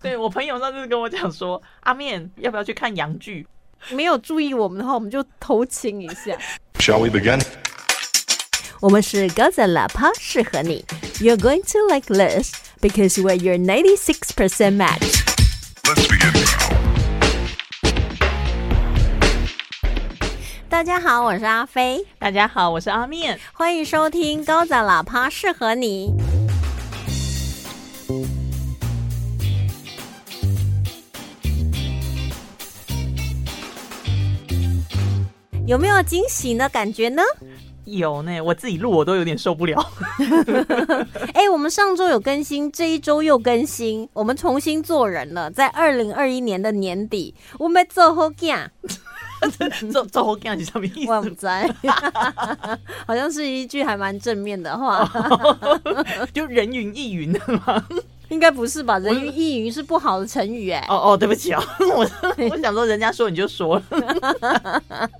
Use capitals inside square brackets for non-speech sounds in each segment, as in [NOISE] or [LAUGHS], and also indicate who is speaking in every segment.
Speaker 1: 对我朋友上次跟我讲说，阿面要不要去看洋剧？
Speaker 2: 没有注意我们的话，我们就偷亲一下。
Speaker 3: Shall we begin?
Speaker 4: [LAUGHS] 我们是高赞喇叭，适合你。You're going to like this because we're your 96% match。
Speaker 3: Let's begin.
Speaker 4: 大家好，我是阿飞，
Speaker 1: 大家好，我是阿面。
Speaker 4: 欢迎收听高赞喇叭，适合你。有没有惊喜的感觉呢？
Speaker 1: 有呢，我自己录我都有点受不了。
Speaker 4: 哎、我们上周有更新，这一周又更新，我们重新做人了。在二零二一年的年底，我们做好干，
Speaker 1: 这这我跟你什么意
Speaker 4: 我不
Speaker 1: 思？
Speaker 4: 知道，好像是一句还蛮正面的话，
Speaker 1: 就人云亦云的吗？
Speaker 4: 应该不是吧？人云亦云是不好的成语、哎，
Speaker 1: 哦哦， [LAUGHS] 对不起啊，我我想说人家说你就说了。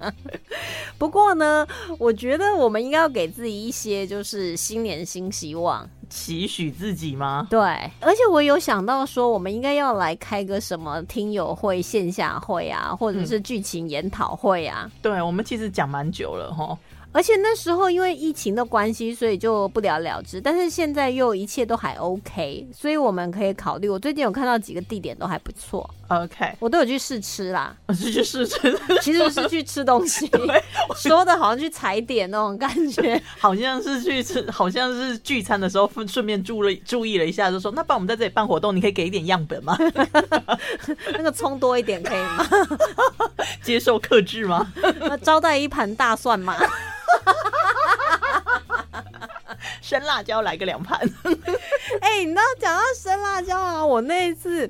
Speaker 4: 不过呢，我觉得我们应该要给自己一些就是新年新希望。
Speaker 1: 期许自己吗？
Speaker 4: 对，而且我有想到说，我们应该要来开个什么听友会、线下会啊，或者是剧情研讨会啊。
Speaker 1: 对，我们其实讲蛮久了哈。
Speaker 4: 而且那时候因为疫情的关系，所以就不了了之。但是现在又一切都还 OK，所以我们可以考虑。我最近有看到几个地点都还不错，
Speaker 1: OK，
Speaker 4: 我都有去试吃啦。
Speaker 1: 我是去试吃，
Speaker 4: 其实是去吃东西，说的好像去踩点那种感觉。
Speaker 1: 好像是去吃，好像是聚餐的时候顺顺便注了注意了一下，就说那帮我们在这里办活动，你可以给一点样本吗？ [LAUGHS]
Speaker 4: 那个葱多一点可以吗？
Speaker 1: 接受克制吗？ [LAUGHS]
Speaker 4: 那招待一盘大蒜吗？
Speaker 1: 生辣椒来个两盘，
Speaker 4: 哎、你知道讲到生辣椒啊，我那一次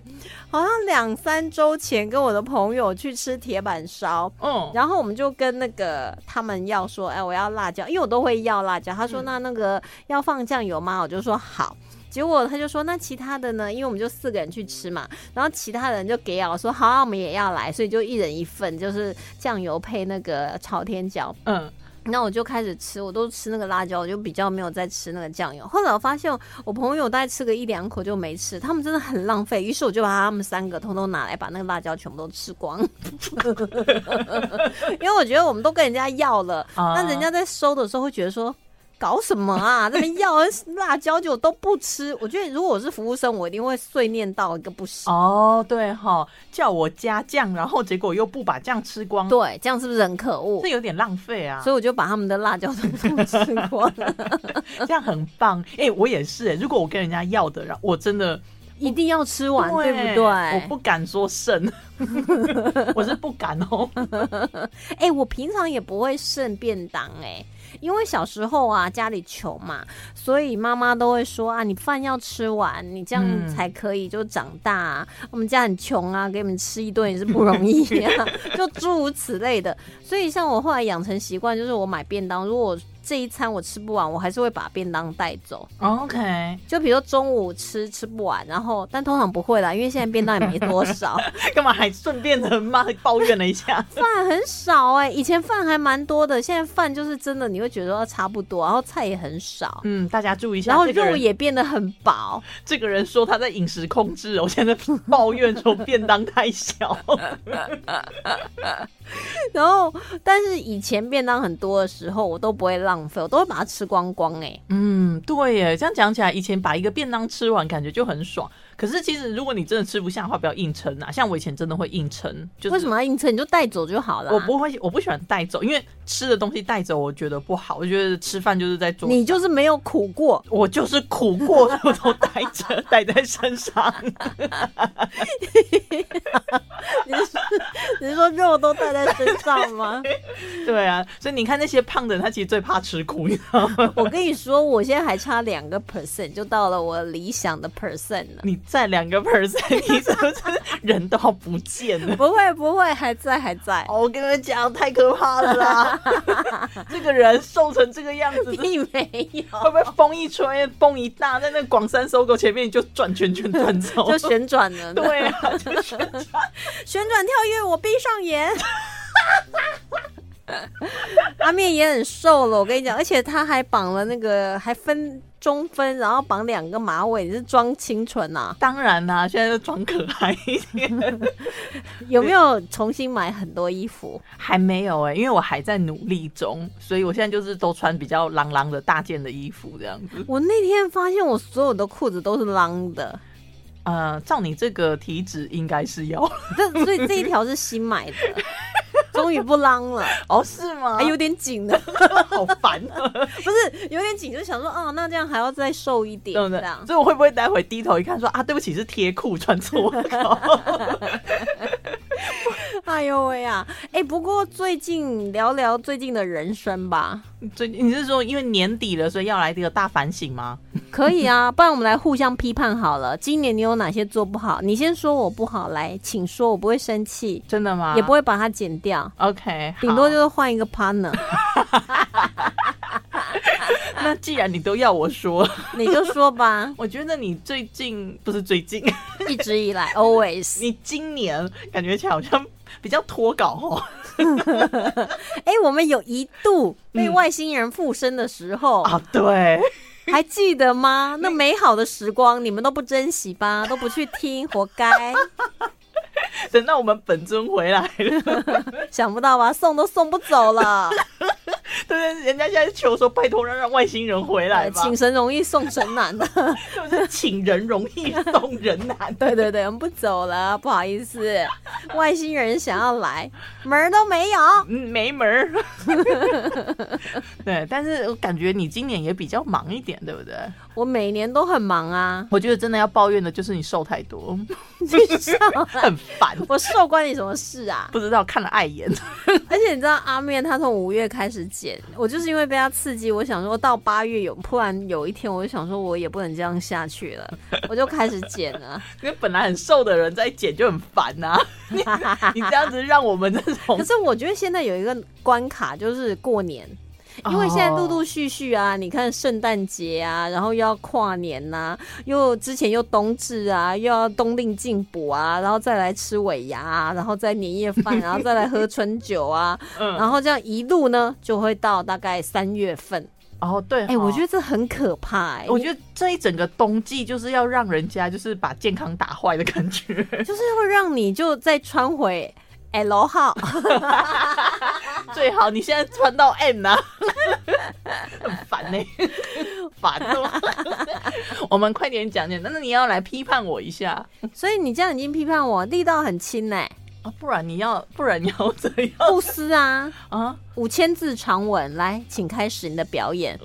Speaker 4: 好像两三周前跟我的朋友去吃铁板烧，
Speaker 1: 嗯，
Speaker 4: 然后我们就跟那个他们要说，哎，我要辣椒，因为我都会要辣椒。他说那那个要放酱油吗？我就说好。结果他就说那其他的呢？因为我们就四个人去吃嘛，然后其他人就给我说好啊，我们也要来，所以就一人一份，就是酱油配那个朝天椒。
Speaker 1: 嗯，
Speaker 4: 那我就开始吃，我都吃那个辣椒，我就比较没有再吃那个酱油。后来我发现我朋友大概吃个一两口就没吃，他们真的很浪费，于是我就把他们三个通通拿来，把那个辣椒全部都吃光。 [LAUGHS] 因为我觉得我们都跟人家要了，
Speaker 1: 啊
Speaker 4: 那人家在收的时候会觉得说。搞什么啊？那边要辣椒就都不吃，我觉得如果我是服务生，我一定会碎念到一个不行。
Speaker 1: 哦，对哈，叫我加酱，然后结果又不把酱吃光，
Speaker 4: 对，这样是不是很可恶
Speaker 1: 这？有点浪费啊
Speaker 4: 所。以我就把他们的辣椒都 [LAUGHS] 都吃光
Speaker 1: [LAUGHS]
Speaker 4: 了，
Speaker 1: 这样很棒，哎、我也是、哎，如果我跟人家要的，然后我真的
Speaker 4: 一定要吃完，对不对？
Speaker 1: 我不敢说剩， [LAUGHS] 我是不敢哦。
Speaker 4: 哎、我平常也不会剩便当哎、因为小时候啊家里穷嘛，所以妈妈都会说啊，你饭要吃完，你这样
Speaker 1: 嗯
Speaker 4: 才可以就长大、啊。我们家很穷啊，给你们吃一顿也是不容易啊， [LAUGHS] 就诸如此类的。所以像我后来养成习惯，就是我买便当，如果我这一餐我吃不完，我还是会把便当带走。
Speaker 1: OK，
Speaker 4: 就比如说中午吃吃不完，然后但通常不会啦，因为现在便当也没多少，
Speaker 1: [LAUGHS] 干嘛还顺便的骂抱怨了一下？
Speaker 4: 饭很少哎、以前饭还蛮多的，现在饭就是真的，你会觉得哦差不多，然后菜也很少，
Speaker 1: 嗯，大家注意一下。
Speaker 4: 然后
Speaker 1: 这个人
Speaker 4: 肉也变得很薄。 [LAUGHS]
Speaker 1: 这个人说他在饮食控制，我现在抱怨说便当太小。
Speaker 4: 然后，但是以前便当很多的时候，我都不会浪费，我都会把它吃光光哎、
Speaker 1: 嗯，对耶，这样讲起来，以前把一个便当吃完，感觉就很爽。可是其实如果你真的吃不下的话，不要硬撑啊。像我以前真的会硬撑，就是
Speaker 4: 为什么要硬撑？你就带走就好了。啊
Speaker 1: 我不会，我不喜欢带走，因为吃的东西带走，我觉得不好。我觉得吃饭就是在做，
Speaker 4: 你就是没有苦过， [LAUGHS]
Speaker 1: 我就是苦过，我都带着 [LAUGHS] 带在身上。
Speaker 4: 你是说肉都带在身上吗？
Speaker 1: [LAUGHS] 对啊，所以你看那些胖的人，他其实最怕吃苦，你知道吗？ [LAUGHS]
Speaker 4: 我跟你说，我现在还差两个 percent 就到了我理想的 percent 了。
Speaker 1: 你再两个 percent，你是不是人都要不见了？
Speaker 4: 不会不会，还在还在， [LAUGHS]
Speaker 1: 哦，我跟你们讲，太可怕了啦！ [LAUGHS] 这个人瘦成这个样 [LAUGHS] 子，会
Speaker 4: 并没有。
Speaker 1: 不会风一吹，风一大，在那广山搜狗前面就转圈圈 [LAUGHS] 转走？
Speaker 4: 就旋转了，
Speaker 1: 对啊，就是
Speaker 4: 旋转跳跃，我闭上 [LAUGHS] 眼。阿面也很瘦了，我跟你讲，而且他还绑了那个，还分中分，然后绑两个马尾，你是装清纯啊？
Speaker 1: 当然啦、现在就装可爱一点，
Speaker 4: 有没有重新买很多衣服？
Speaker 1: 还没有哎、因为我还在努力中，所以我现在就是都穿比较朗朗的大件的衣服这样子。
Speaker 4: 我那天发现我所有的裤子都是啷的，
Speaker 1: 呃，照你这个体脂应该是要
Speaker 4: 这所 [LAUGHS] 以这一条是新买的，终于不啷 [LAUGHS] 了，
Speaker 1: 哦，是吗？
Speaker 4: 还哎有点紧啊了，
Speaker 1: 好烦 [LAUGHS] 啊，
Speaker 4: [LAUGHS] 不是有点紧，就想说，哦，那这样还要再瘦一点
Speaker 1: 对不
Speaker 4: 这
Speaker 1: 对
Speaker 4: 样？。
Speaker 1: 所以我会不会待会低头一看说啊，对不起，是贴裤穿错 [LAUGHS] 了？
Speaker 4: [LAUGHS] 哎呦喂呀、哎、不过最近聊聊最近的人生吧，
Speaker 1: 最近你是说因为年底了，所以要来这个大反省吗？
Speaker 4: 可
Speaker 1: [LAUGHS]
Speaker 4: 以啊，不然我们来互相批判好了。今年你有哪些做不好？你先说我不好，来，请说，我不会生气，
Speaker 1: 真的吗？
Speaker 4: 也不会把它剪掉，
Speaker 1: OK，
Speaker 4: 顶多
Speaker 1: 啊好
Speaker 4: 就是换一个 partner，
Speaker 1: 那既然你都要我说，
Speaker 4: 你就
Speaker 1: [LAUGHS]。
Speaker 4: 说吧
Speaker 1: 我觉得你最近不是最近， [LAUGHS]
Speaker 4: 一直以来，always。
Speaker 1: 你今年感觉起来好像比较脱稿哦。
Speaker 4: 哎、我们有一度被外星人附身的时候，
Speaker 1: 啊，对，
Speaker 4: 还记得吗？那美好的时光你们都不珍惜吧，都不去听，活该。
Speaker 1: [LAUGHS] 等到我们本尊回来了， [LAUGHS]
Speaker 4: 想不到吧，送都送不走了。
Speaker 1: 对不对？人家现在求说，拜托让让外星人回来
Speaker 4: 呃
Speaker 1: 吧，
Speaker 4: 请神容易送神难的。 [LAUGHS]
Speaker 1: 就是 [LAUGHS] 请人容易送人难。
Speaker 4: 对对对，我们不走了，不好意思，外星人想要来，门儿都没有。
Speaker 1: 嗯，没门儿。 [LAUGHS] 对，但是我感觉你今年也比较忙一点，对不对？
Speaker 4: 我每年都很忙啊， [LAUGHS]
Speaker 1: 我觉得真的要抱怨的就是你瘦太多，
Speaker 4: 笑啦
Speaker 1: 很烦。
Speaker 4: 我瘦关你什么事啊？
Speaker 1: 不知道看了碍眼， [LAUGHS]
Speaker 4: 而且你知道阿面他从五月开始减，我就是因为被他刺激，我想说到八月有，突然有一天我就想说我也不能这样下去
Speaker 1: [LAUGHS]
Speaker 4: 了，我就开始减了。
Speaker 1: 因为本来很瘦的人在减就很烦呐、你这样子让我们这种
Speaker 4: [LAUGHS] 可是我觉得现在有一个关卡就是过年，因为现
Speaker 1: 哦
Speaker 4: 在陆陆续续啊，你看圣诞节啊，然后又要跨年呐、又之前又冬至啊，又要冬令进补啊，然后再来吃尾牙、啊，然后再年夜饭，然后再
Speaker 1: [LAUGHS]
Speaker 4: 来喝春酒啊，
Speaker 1: 嗯
Speaker 4: 然后这样一路呢，就会到大概三月份。
Speaker 1: 哦对，
Speaker 4: 哎、我觉
Speaker 1: 得。
Speaker 4: 得这很可怕、哎，
Speaker 1: 我觉得这一整个冬季就是要让人家就是把健康打坏的感觉，
Speaker 4: 得就是会让你就再穿回
Speaker 1: [LAUGHS]
Speaker 4: L 号。
Speaker 1: [LAUGHS] 最好你现在穿到 M 啊， [LAUGHS] 很烦呢、烦哦。 [LAUGHS] 我们快点讲讲，那你要来批判我一下
Speaker 4: 所以你这样已经批判我力道很
Speaker 1: [LAUGHS]
Speaker 4: 轻哎、
Speaker 1: 啊，不然你要不然你要怎样
Speaker 4: 不思啊。
Speaker 1: [LAUGHS] 啊？
Speaker 4: 五千字长文，来，请开始你的
Speaker 1: [LAUGHS]
Speaker 4: 表演。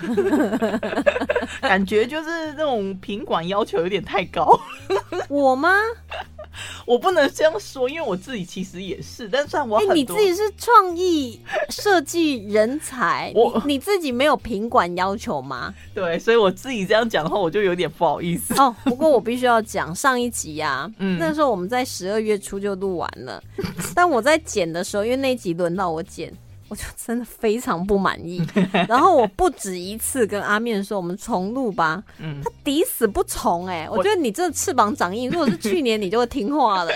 Speaker 1: [LAUGHS] 感觉就是那种品管要求有点太高。
Speaker 4: 我吗？
Speaker 1: 我不能这样说，因为我自己其实也是，但虽然我
Speaker 4: 哎、
Speaker 1: 很多、
Speaker 4: 你自己是创意设计人才，
Speaker 1: 我
Speaker 4: 你你自己没有品管要
Speaker 1: [LAUGHS]
Speaker 4: 求吗？
Speaker 1: 对，所以我自己这样讲的话，我就有点不好意思。
Speaker 4: 哦，不过我必须要讲上一集呀、
Speaker 1: 嗯
Speaker 4: 那时候我们在十二月初就录完
Speaker 1: [LAUGHS]
Speaker 4: 了，但我在剪的时候，因为那一集轮到我剪。我就真的非常不满
Speaker 1: [LAUGHS]
Speaker 4: 意，然后我不止一次跟阿面说，我们重录吧，
Speaker 1: 嗯，
Speaker 4: 他抵死不从、哎，我
Speaker 1: 我
Speaker 4: 觉得你真的翅膀长硬，如果是去年你就会听
Speaker 1: [LAUGHS]
Speaker 4: 话了。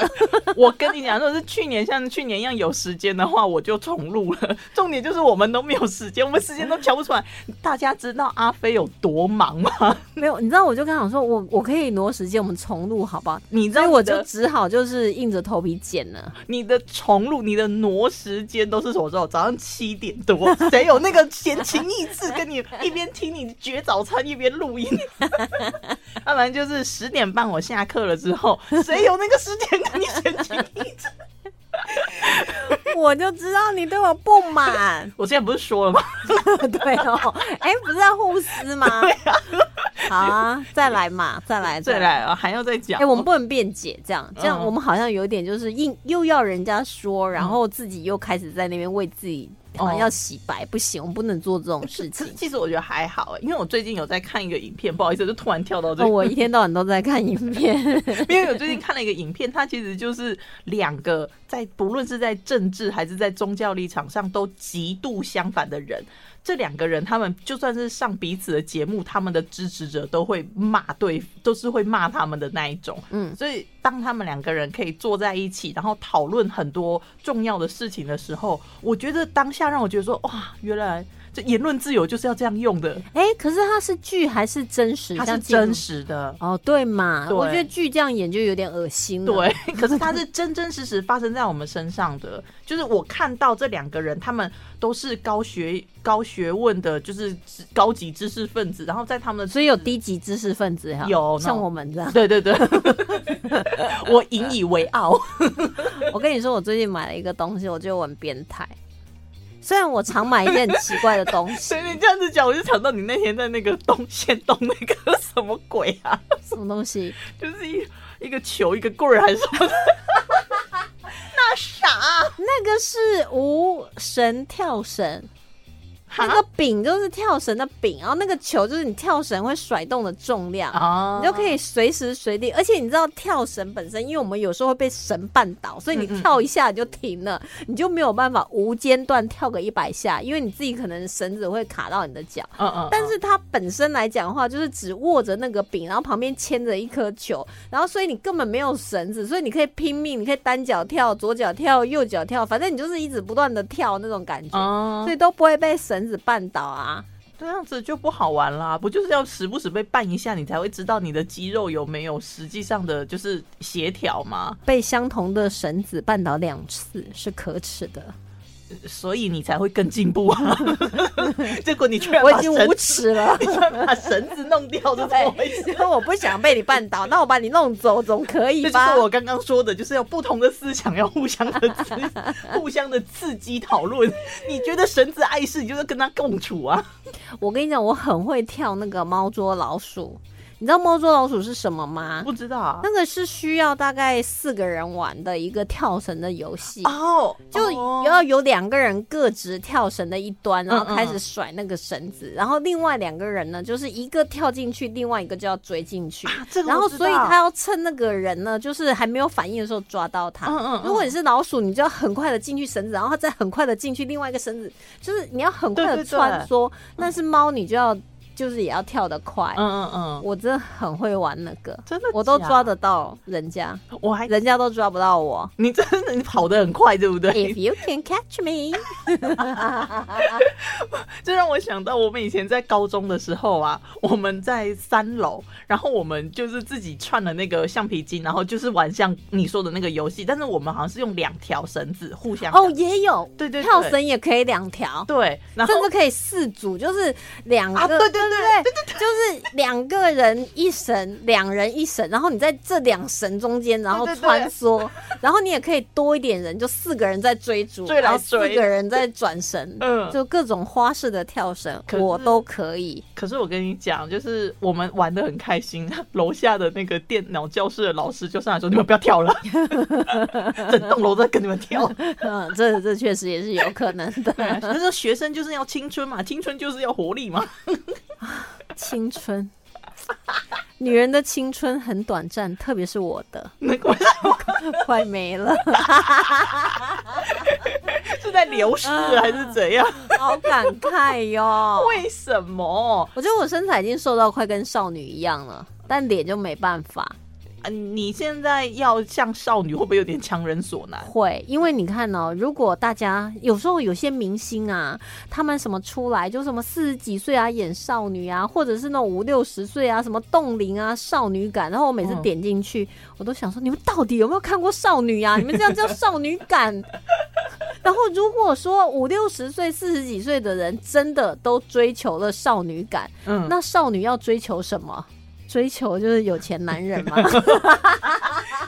Speaker 1: 我跟你讲，如果是去年像去年一样有时间的话，我就重录了。重点就是我们都没有时间，我们时间都瞧不出来。大家知道阿飞有多忙吗？
Speaker 4: [LAUGHS] 没有，你知道，我就跟他讲说，我我可以挪时间，我们重录，好不好？
Speaker 1: 你知
Speaker 4: 所
Speaker 1: 道
Speaker 4: 以
Speaker 1: 你
Speaker 4: 我就
Speaker 1: 的
Speaker 4: 只好就是硬着头皮
Speaker 1: [LAUGHS]
Speaker 4: 剪了。
Speaker 1: 你的重录、你的挪时间都是什么时候？早上七点
Speaker 4: [LAUGHS]
Speaker 1: 多，谁有那个闲情逸致跟你一边听你绝早餐一边录音？ [LAUGHS] 要不然就是十点半我下课了之后，谁有那个时间跟你闲情
Speaker 4: [LAUGHS]
Speaker 1: 逸致？，
Speaker 4: 我就知道你对我不满
Speaker 1: 我之前不是说了吗？
Speaker 4: [LAUGHS] 对哦，哎、不是要互
Speaker 1: [LAUGHS]
Speaker 4: 撕吗？好啊，再来嘛，再来，
Speaker 1: 再。来啊，还要再讲
Speaker 4: 哎、
Speaker 1: 哦。
Speaker 4: 我们不能辩解，这样这样，
Speaker 1: 嗯
Speaker 4: 我们好像有点就是硬又要人家说，然后自己又开始在那边为自己好像
Speaker 1: 哦
Speaker 4: 要洗白，不行，我们不能做这种
Speaker 1: [LAUGHS]
Speaker 4: 事
Speaker 1: 其
Speaker 4: 情
Speaker 1: 实。其实我觉得还好、因为我最近有在看一个影片，不好意思，就突然跳到这
Speaker 4: 哦，
Speaker 1: 里。
Speaker 4: 我一天到晚都在看影片，
Speaker 1: [LAUGHS] 因为我最近看了一个影片，它其实就是两个在不论是在政治还是在宗教立场上都极度相反的人。这两个人，他们就算是上彼此的节目，他们的支持者都会骂对，都是会骂他们的那一种。
Speaker 4: 嗯，
Speaker 1: 所以当他们两个人可以坐在一起，然后讨论很多重要的事情的时候，我觉得当下让我觉得说，哇，原来。这言论自由就是要这样用的，
Speaker 4: 哎、可是它是剧还是真实？
Speaker 1: 它
Speaker 4: 这
Speaker 1: 是
Speaker 4: 样进入
Speaker 1: 真实的。
Speaker 4: 哦，对嘛？
Speaker 1: 对
Speaker 4: 我觉得剧这样演就有点恶心了。 [LAUGHS]
Speaker 1: 对，可是它是真真实实发生在我们身上的。就是我看到这两个人，他们都是高学高学问的，就是知高级知识分子，然后在他们的
Speaker 4: 所以有低级知识分子哈，
Speaker 1: 有
Speaker 4: 像
Speaker 1: 那
Speaker 4: 我们这样。 [LAUGHS]
Speaker 1: 对对对，我引以为
Speaker 4: [LAUGHS]
Speaker 1: 傲。
Speaker 4: 我跟你说，我最近买了一个东西，我觉得我很变态。虽然我常买一件很奇怪的东
Speaker 1: [LAUGHS]
Speaker 4: 西
Speaker 1: 所，以你这样子讲，我就想到你那天在那个东县东那个 [LAUGHS] 什么鬼啊，
Speaker 4: 什么东西，
Speaker 1: 就是一一个球一个棍儿还是什
Speaker 4: [LAUGHS]
Speaker 1: 么的。那啥，
Speaker 4: 那个是无绳跳绳，
Speaker 1: 哈
Speaker 4: 那个柄就是跳绳的柄，然后那个球就是你跳绳会甩动的重量。
Speaker 1: 啊
Speaker 4: 你就可以随时随地，而且你知道跳绳本身，因为我们有时候会被绳绊倒，所以你
Speaker 1: 嗯嗯
Speaker 4: 跳一下你就停了，你就没有办法无间断跳个一百下，因为你自己可能绳子会卡到你的脚。
Speaker 1: 嗯，嗯嗯，
Speaker 4: 但是它本身来讲的话，就是只握着那个柄，然后旁边牵着一颗球，然后所以你根本没有绳子，所以你可以拼命，你可以单脚跳、左脚跳、右脚跳，反正你就是一直不断的跳那种感觉，
Speaker 1: 啊
Speaker 4: 所以都不会被绳子绊倒啊。
Speaker 1: 这样子就不好玩啦，不就是要时不时被绊一下，你才会知道你的肌肉有没有实际上的就是协调吗？
Speaker 4: 被相同的绳子绊倒两次是可耻
Speaker 1: [LAUGHS]
Speaker 4: 的，
Speaker 1: 所以你才会更进步啊！ [LAUGHS] 结果你居然
Speaker 4: 我已
Speaker 1: 把
Speaker 4: 经
Speaker 1: 绳
Speaker 4: 无耻了
Speaker 1: [LAUGHS] 。你居然把绳子弄掉，这怎么回 [LAUGHS] 事？
Speaker 4: 因为我不想被你绊倒，那我把你弄走总可以
Speaker 1: 这就
Speaker 4: 吧
Speaker 1: 是？我刚刚说的，就是要不同的思想要互相的 [LAUGHS] 刺互相的刺激讨论。你觉得绳子碍事，你就是跟他共处啊。
Speaker 4: 我跟你讲，我很会跳那个猫捉老鼠，你知道猫捉老鼠是什么吗？
Speaker 1: 不知道啊，
Speaker 4: 那个是需要大概四个人玩的一个跳绳的游戏，
Speaker 1: 哦，
Speaker 4: 就
Speaker 1: 哦
Speaker 4: 要有两个人各执跳绳的一端，然后
Speaker 1: 嗯嗯
Speaker 4: 开始甩那个绳子，然后另外两个人呢，就是一个跳进去，另外一个就要追进去。
Speaker 1: 啊这个
Speaker 4: 然后，
Speaker 1: 我知道
Speaker 4: 所以他要趁那个人呢，就是还没有反应的时候抓到他。
Speaker 1: 嗯嗯嗯
Speaker 4: 如果你是老鼠，你就要很快的进去绳子，然后他再很快的进去另外一个绳子，就是你要很快
Speaker 1: 对嗯
Speaker 4: 的
Speaker 1: 对对
Speaker 4: 穿梭。但是猫，你就要就是也要跳得快。
Speaker 1: 嗯嗯嗯，
Speaker 4: 我真的很会玩那个，
Speaker 1: 真的哎
Speaker 4: 我都
Speaker 1: 假
Speaker 4: 抓得到人家，
Speaker 1: 我还
Speaker 4: 人家都抓不到我。
Speaker 1: 你真的你跑得很快，对不对？
Speaker 4: If you can catch me，
Speaker 1: [LAUGHS] 这让我想到我们以前在高中的时候啊，我们在三楼，然后我们就是自己串了那个橡皮筋，然后就是玩像你说的那个游戏，但是我们好像是用两条绳子互相
Speaker 4: 哦，也有，
Speaker 1: 对对对
Speaker 4: 跳绳也可以两条，
Speaker 1: 对，然后
Speaker 4: 甚至可以四组，就是两个，
Speaker 1: 啊，对对对对对
Speaker 4: 对，就是两个人一绳，两人一绳，然后你在这两绳中间，然后
Speaker 1: 对对对
Speaker 4: 穿梭，然后你也可以多一点人，就四个人在追逐，
Speaker 1: 追来
Speaker 4: 然后四
Speaker 1: 追
Speaker 4: 个人在转绳，
Speaker 1: 嗯
Speaker 4: 就各种花式的跳绳，
Speaker 1: 可是
Speaker 4: 我都可以。
Speaker 1: 可是我跟你讲，就是我们玩的很开心，楼下的那个电脑教室的老师就上来说：“你们不要跳了，整栋楼都在跟你们跳。
Speaker 4: 嗯，这这确实也是有可能
Speaker 1: [LAUGHS]
Speaker 4: 的。”
Speaker 1: 那时候学生就是要青春嘛，青春就是要活力嘛。，
Speaker 4: 青春，女人的青春很短暂，特别是我的
Speaker 1: 那个 [LAUGHS]
Speaker 4: 快没了，
Speaker 1: 是在流逝还是怎样？
Speaker 4: 好感慨哟。
Speaker 1: 为什么？
Speaker 4: 我觉得我身材已经瘦到快跟少女一样了，但脸就没办法
Speaker 1: 啊你现在要像少女，会不会有点强人所难？
Speaker 4: 会，因为你看哦，如果大家有时候有些明星啊，他们什么出来就什么四十几岁啊演少女啊，或者是那种五六十岁啊什么冻龄啊少女感，然后我每次
Speaker 1: 嗯
Speaker 4: 点进去，我都想说你们到底有没有看过少女啊？你们这样叫少女感？ [LAUGHS] 然后如果说五六十岁、四十几岁的人真的都追求了少女感，
Speaker 1: 嗯，
Speaker 4: 那少女要追求什么？追求就是有钱男人嘛。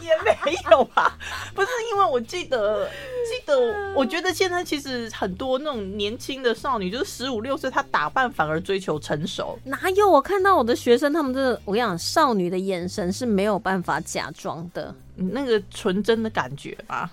Speaker 1: 也没有吧？ [LAUGHS] 不是因为我记得，记得
Speaker 4: 嗯
Speaker 1: 我，我觉得现在其实很多那种年轻的少女，就是十五六岁，她打扮反而追求成熟。
Speaker 4: 哪有？我看到我的学生，他们真的，我跟你讲，少女的眼神是没有办法假装的，
Speaker 1: 那个纯真的感觉吧，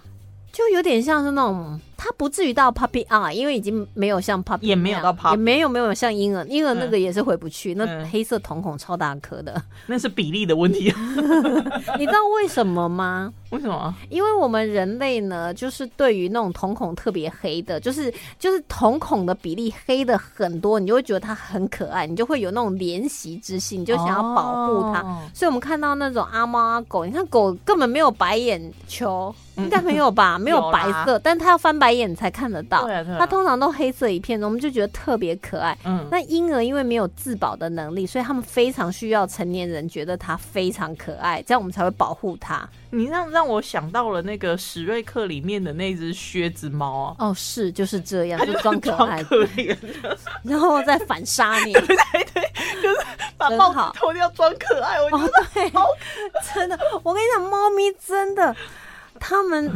Speaker 4: 就有点像是那种，她不至于到 puppy eye，因为已经没有像 puppy，
Speaker 1: 也没有
Speaker 4: 那样
Speaker 1: 到 puppy
Speaker 4: 也没有没有像婴儿，婴儿那个也是回不去，那
Speaker 1: 嗯
Speaker 4: 黑色瞳孔超大颗的， [LAUGHS]
Speaker 1: 那是比例的问题。 [LAUGHS]
Speaker 4: 你知道为什么吗？
Speaker 1: 为什么？
Speaker 4: 因为我们人类呢，就是对于那种瞳孔特别黑的，就是就是瞳孔的比例黑的很多，你就会觉得它很可爱，你就会有那种怜惜之心，你就想要保护它。
Speaker 1: 哦
Speaker 4: 所以我们看到那种阿猫嗯 [LAUGHS] 阿狗，你看狗根本没有白眼球，应该没有吧？没有白色，但它要翻白白眼才看得到
Speaker 1: 对啊对啊，
Speaker 4: 它通常都黑色一片的，我们就觉得特别可爱。
Speaker 1: 嗯，
Speaker 4: 那婴儿因为没有自保的能力，所以他们非常需要成年人觉得他非常可爱，这样我们才会保护他。
Speaker 1: 你让让我想到了那个史瑞克里面的那只靴子猫啊，
Speaker 4: 哦，是就是这样， [LAUGHS]
Speaker 1: 它
Speaker 4: 就
Speaker 1: 就
Speaker 4: 装
Speaker 1: 很
Speaker 4: 可
Speaker 1: 装
Speaker 4: 爱，
Speaker 1: 可怜，
Speaker 4: 然后再反杀你。
Speaker 1: 把
Speaker 4: 真
Speaker 1: 帽
Speaker 4: 好
Speaker 1: 子脱掉装可爱，我觉
Speaker 4: 哦
Speaker 1: 得，
Speaker 4: [LAUGHS] 对，真的，我跟你讲，猫咪真的，
Speaker 1: [LAUGHS]
Speaker 4: 它们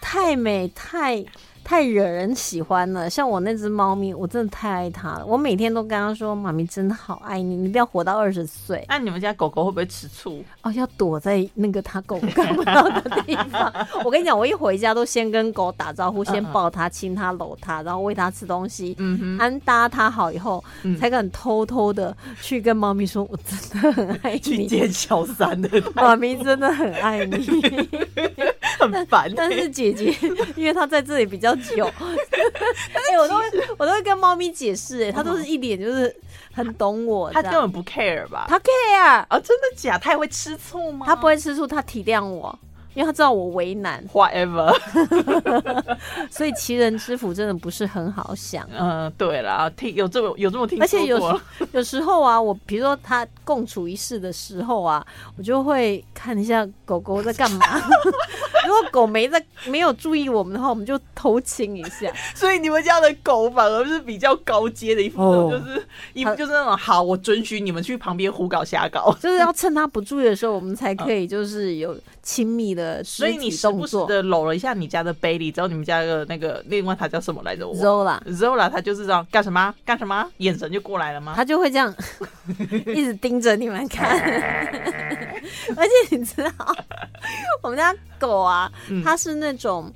Speaker 4: 太美，太太惹人喜欢了。像我那只猫咪，我真的太爱它了。我每天都跟它说：“妈咪真的好爱你，你不要活到二十岁
Speaker 1: 那、你们家狗狗会不会吃
Speaker 4: [LAUGHS]
Speaker 1: 醋？
Speaker 4: 哦，要躲在那个它狗看不到的地方。”我跟你讲，我一回家都先跟狗打招呼，先
Speaker 1: 嗯嗯
Speaker 4: 抱它、亲它、搂它，然后喂它吃东西。
Speaker 1: 嗯哼，
Speaker 4: 安搭它好以后，
Speaker 1: 嗯
Speaker 4: 才敢偷偷的去跟猫咪说：“我真的很爱你。”
Speaker 1: [LAUGHS] 去见小三的，
Speaker 4: 妈咪真的很爱你，
Speaker 1: [LAUGHS] 很烦、欸
Speaker 4: 但是姐姐，因为她在这里比较
Speaker 1: [LAUGHS]
Speaker 4: 久，哎、我都会我都会跟猫咪解
Speaker 1: 嗯
Speaker 4: 释、哎，她都是一脸就是很懂我，
Speaker 1: 它
Speaker 4: 这
Speaker 1: 根
Speaker 4: 样
Speaker 1: 本不 care 吧？
Speaker 4: 她 care，
Speaker 1: 啊，真的假？它也会吃醋吗？
Speaker 4: 她不会吃醋，她体谅我，因为她知道我为
Speaker 1: [LAUGHS]
Speaker 4: 难，
Speaker 1: ，whatever。
Speaker 4: 所以其人之福真的不是很好想。
Speaker 1: 嗯，对啦，听有这么有这么听
Speaker 4: 而
Speaker 1: 说
Speaker 4: 且有
Speaker 1: 过
Speaker 4: 时
Speaker 1: 了，
Speaker 4: 有时候啊，我比如说他共处一室的时候啊，我就会看一下狗狗在干
Speaker 1: [LAUGHS]
Speaker 4: 嘛。如果狗没在没有注意我们的话，我们就偷亲一下。
Speaker 1: [LAUGHS] 所以你们家的狗反而是比较高阶的一副，
Speaker 4: 哦
Speaker 1: 就是一副就是那种好，我准许你们去旁边胡搞瞎搞。
Speaker 4: 就是要趁他不注意的时候，我们才可以就是有亲密的肢
Speaker 1: 嗯所以你
Speaker 4: 体
Speaker 1: 时
Speaker 4: 动
Speaker 1: 不时
Speaker 4: 作。
Speaker 1: 的搂了一下你家的 Bailey，之后你们家的那个另外它叫什么来着？我
Speaker 4: Zola，
Speaker 1: Zola，它就是这样干什么干什么，眼神就过来了吗？
Speaker 4: 他就会这样一直盯着你们看， [LAUGHS] 而且你知道，我们家狗啊，
Speaker 1: 嗯
Speaker 4: 它是那种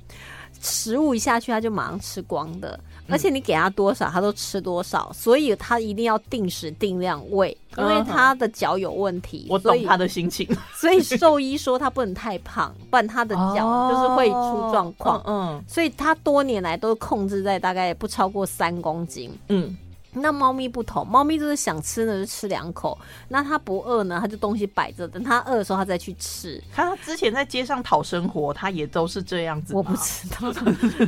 Speaker 4: 食物一下去它就马上吃光的，
Speaker 1: 嗯
Speaker 4: 而且你给它多少它都吃多少，所以它一定要定时定量喂，因为
Speaker 1: 嗯
Speaker 4: 它的脚有问题，
Speaker 1: 我
Speaker 4: 所
Speaker 1: 懂
Speaker 4: 以
Speaker 1: 它的心情，
Speaker 4: 所以兽医说它不能太胖，不然它的脚就是会出状况。
Speaker 1: 嗯
Speaker 4: 所以它多年来都控制在大概不超过三公斤。
Speaker 1: 嗯
Speaker 4: 那猫咪不同，猫咪就是想吃呢就吃两口，那它不饿呢，它就东西摆着，等它饿的时候它再去吃。
Speaker 1: 它之前在街上讨生活，它也都是这样子吗。
Speaker 4: 我不知道，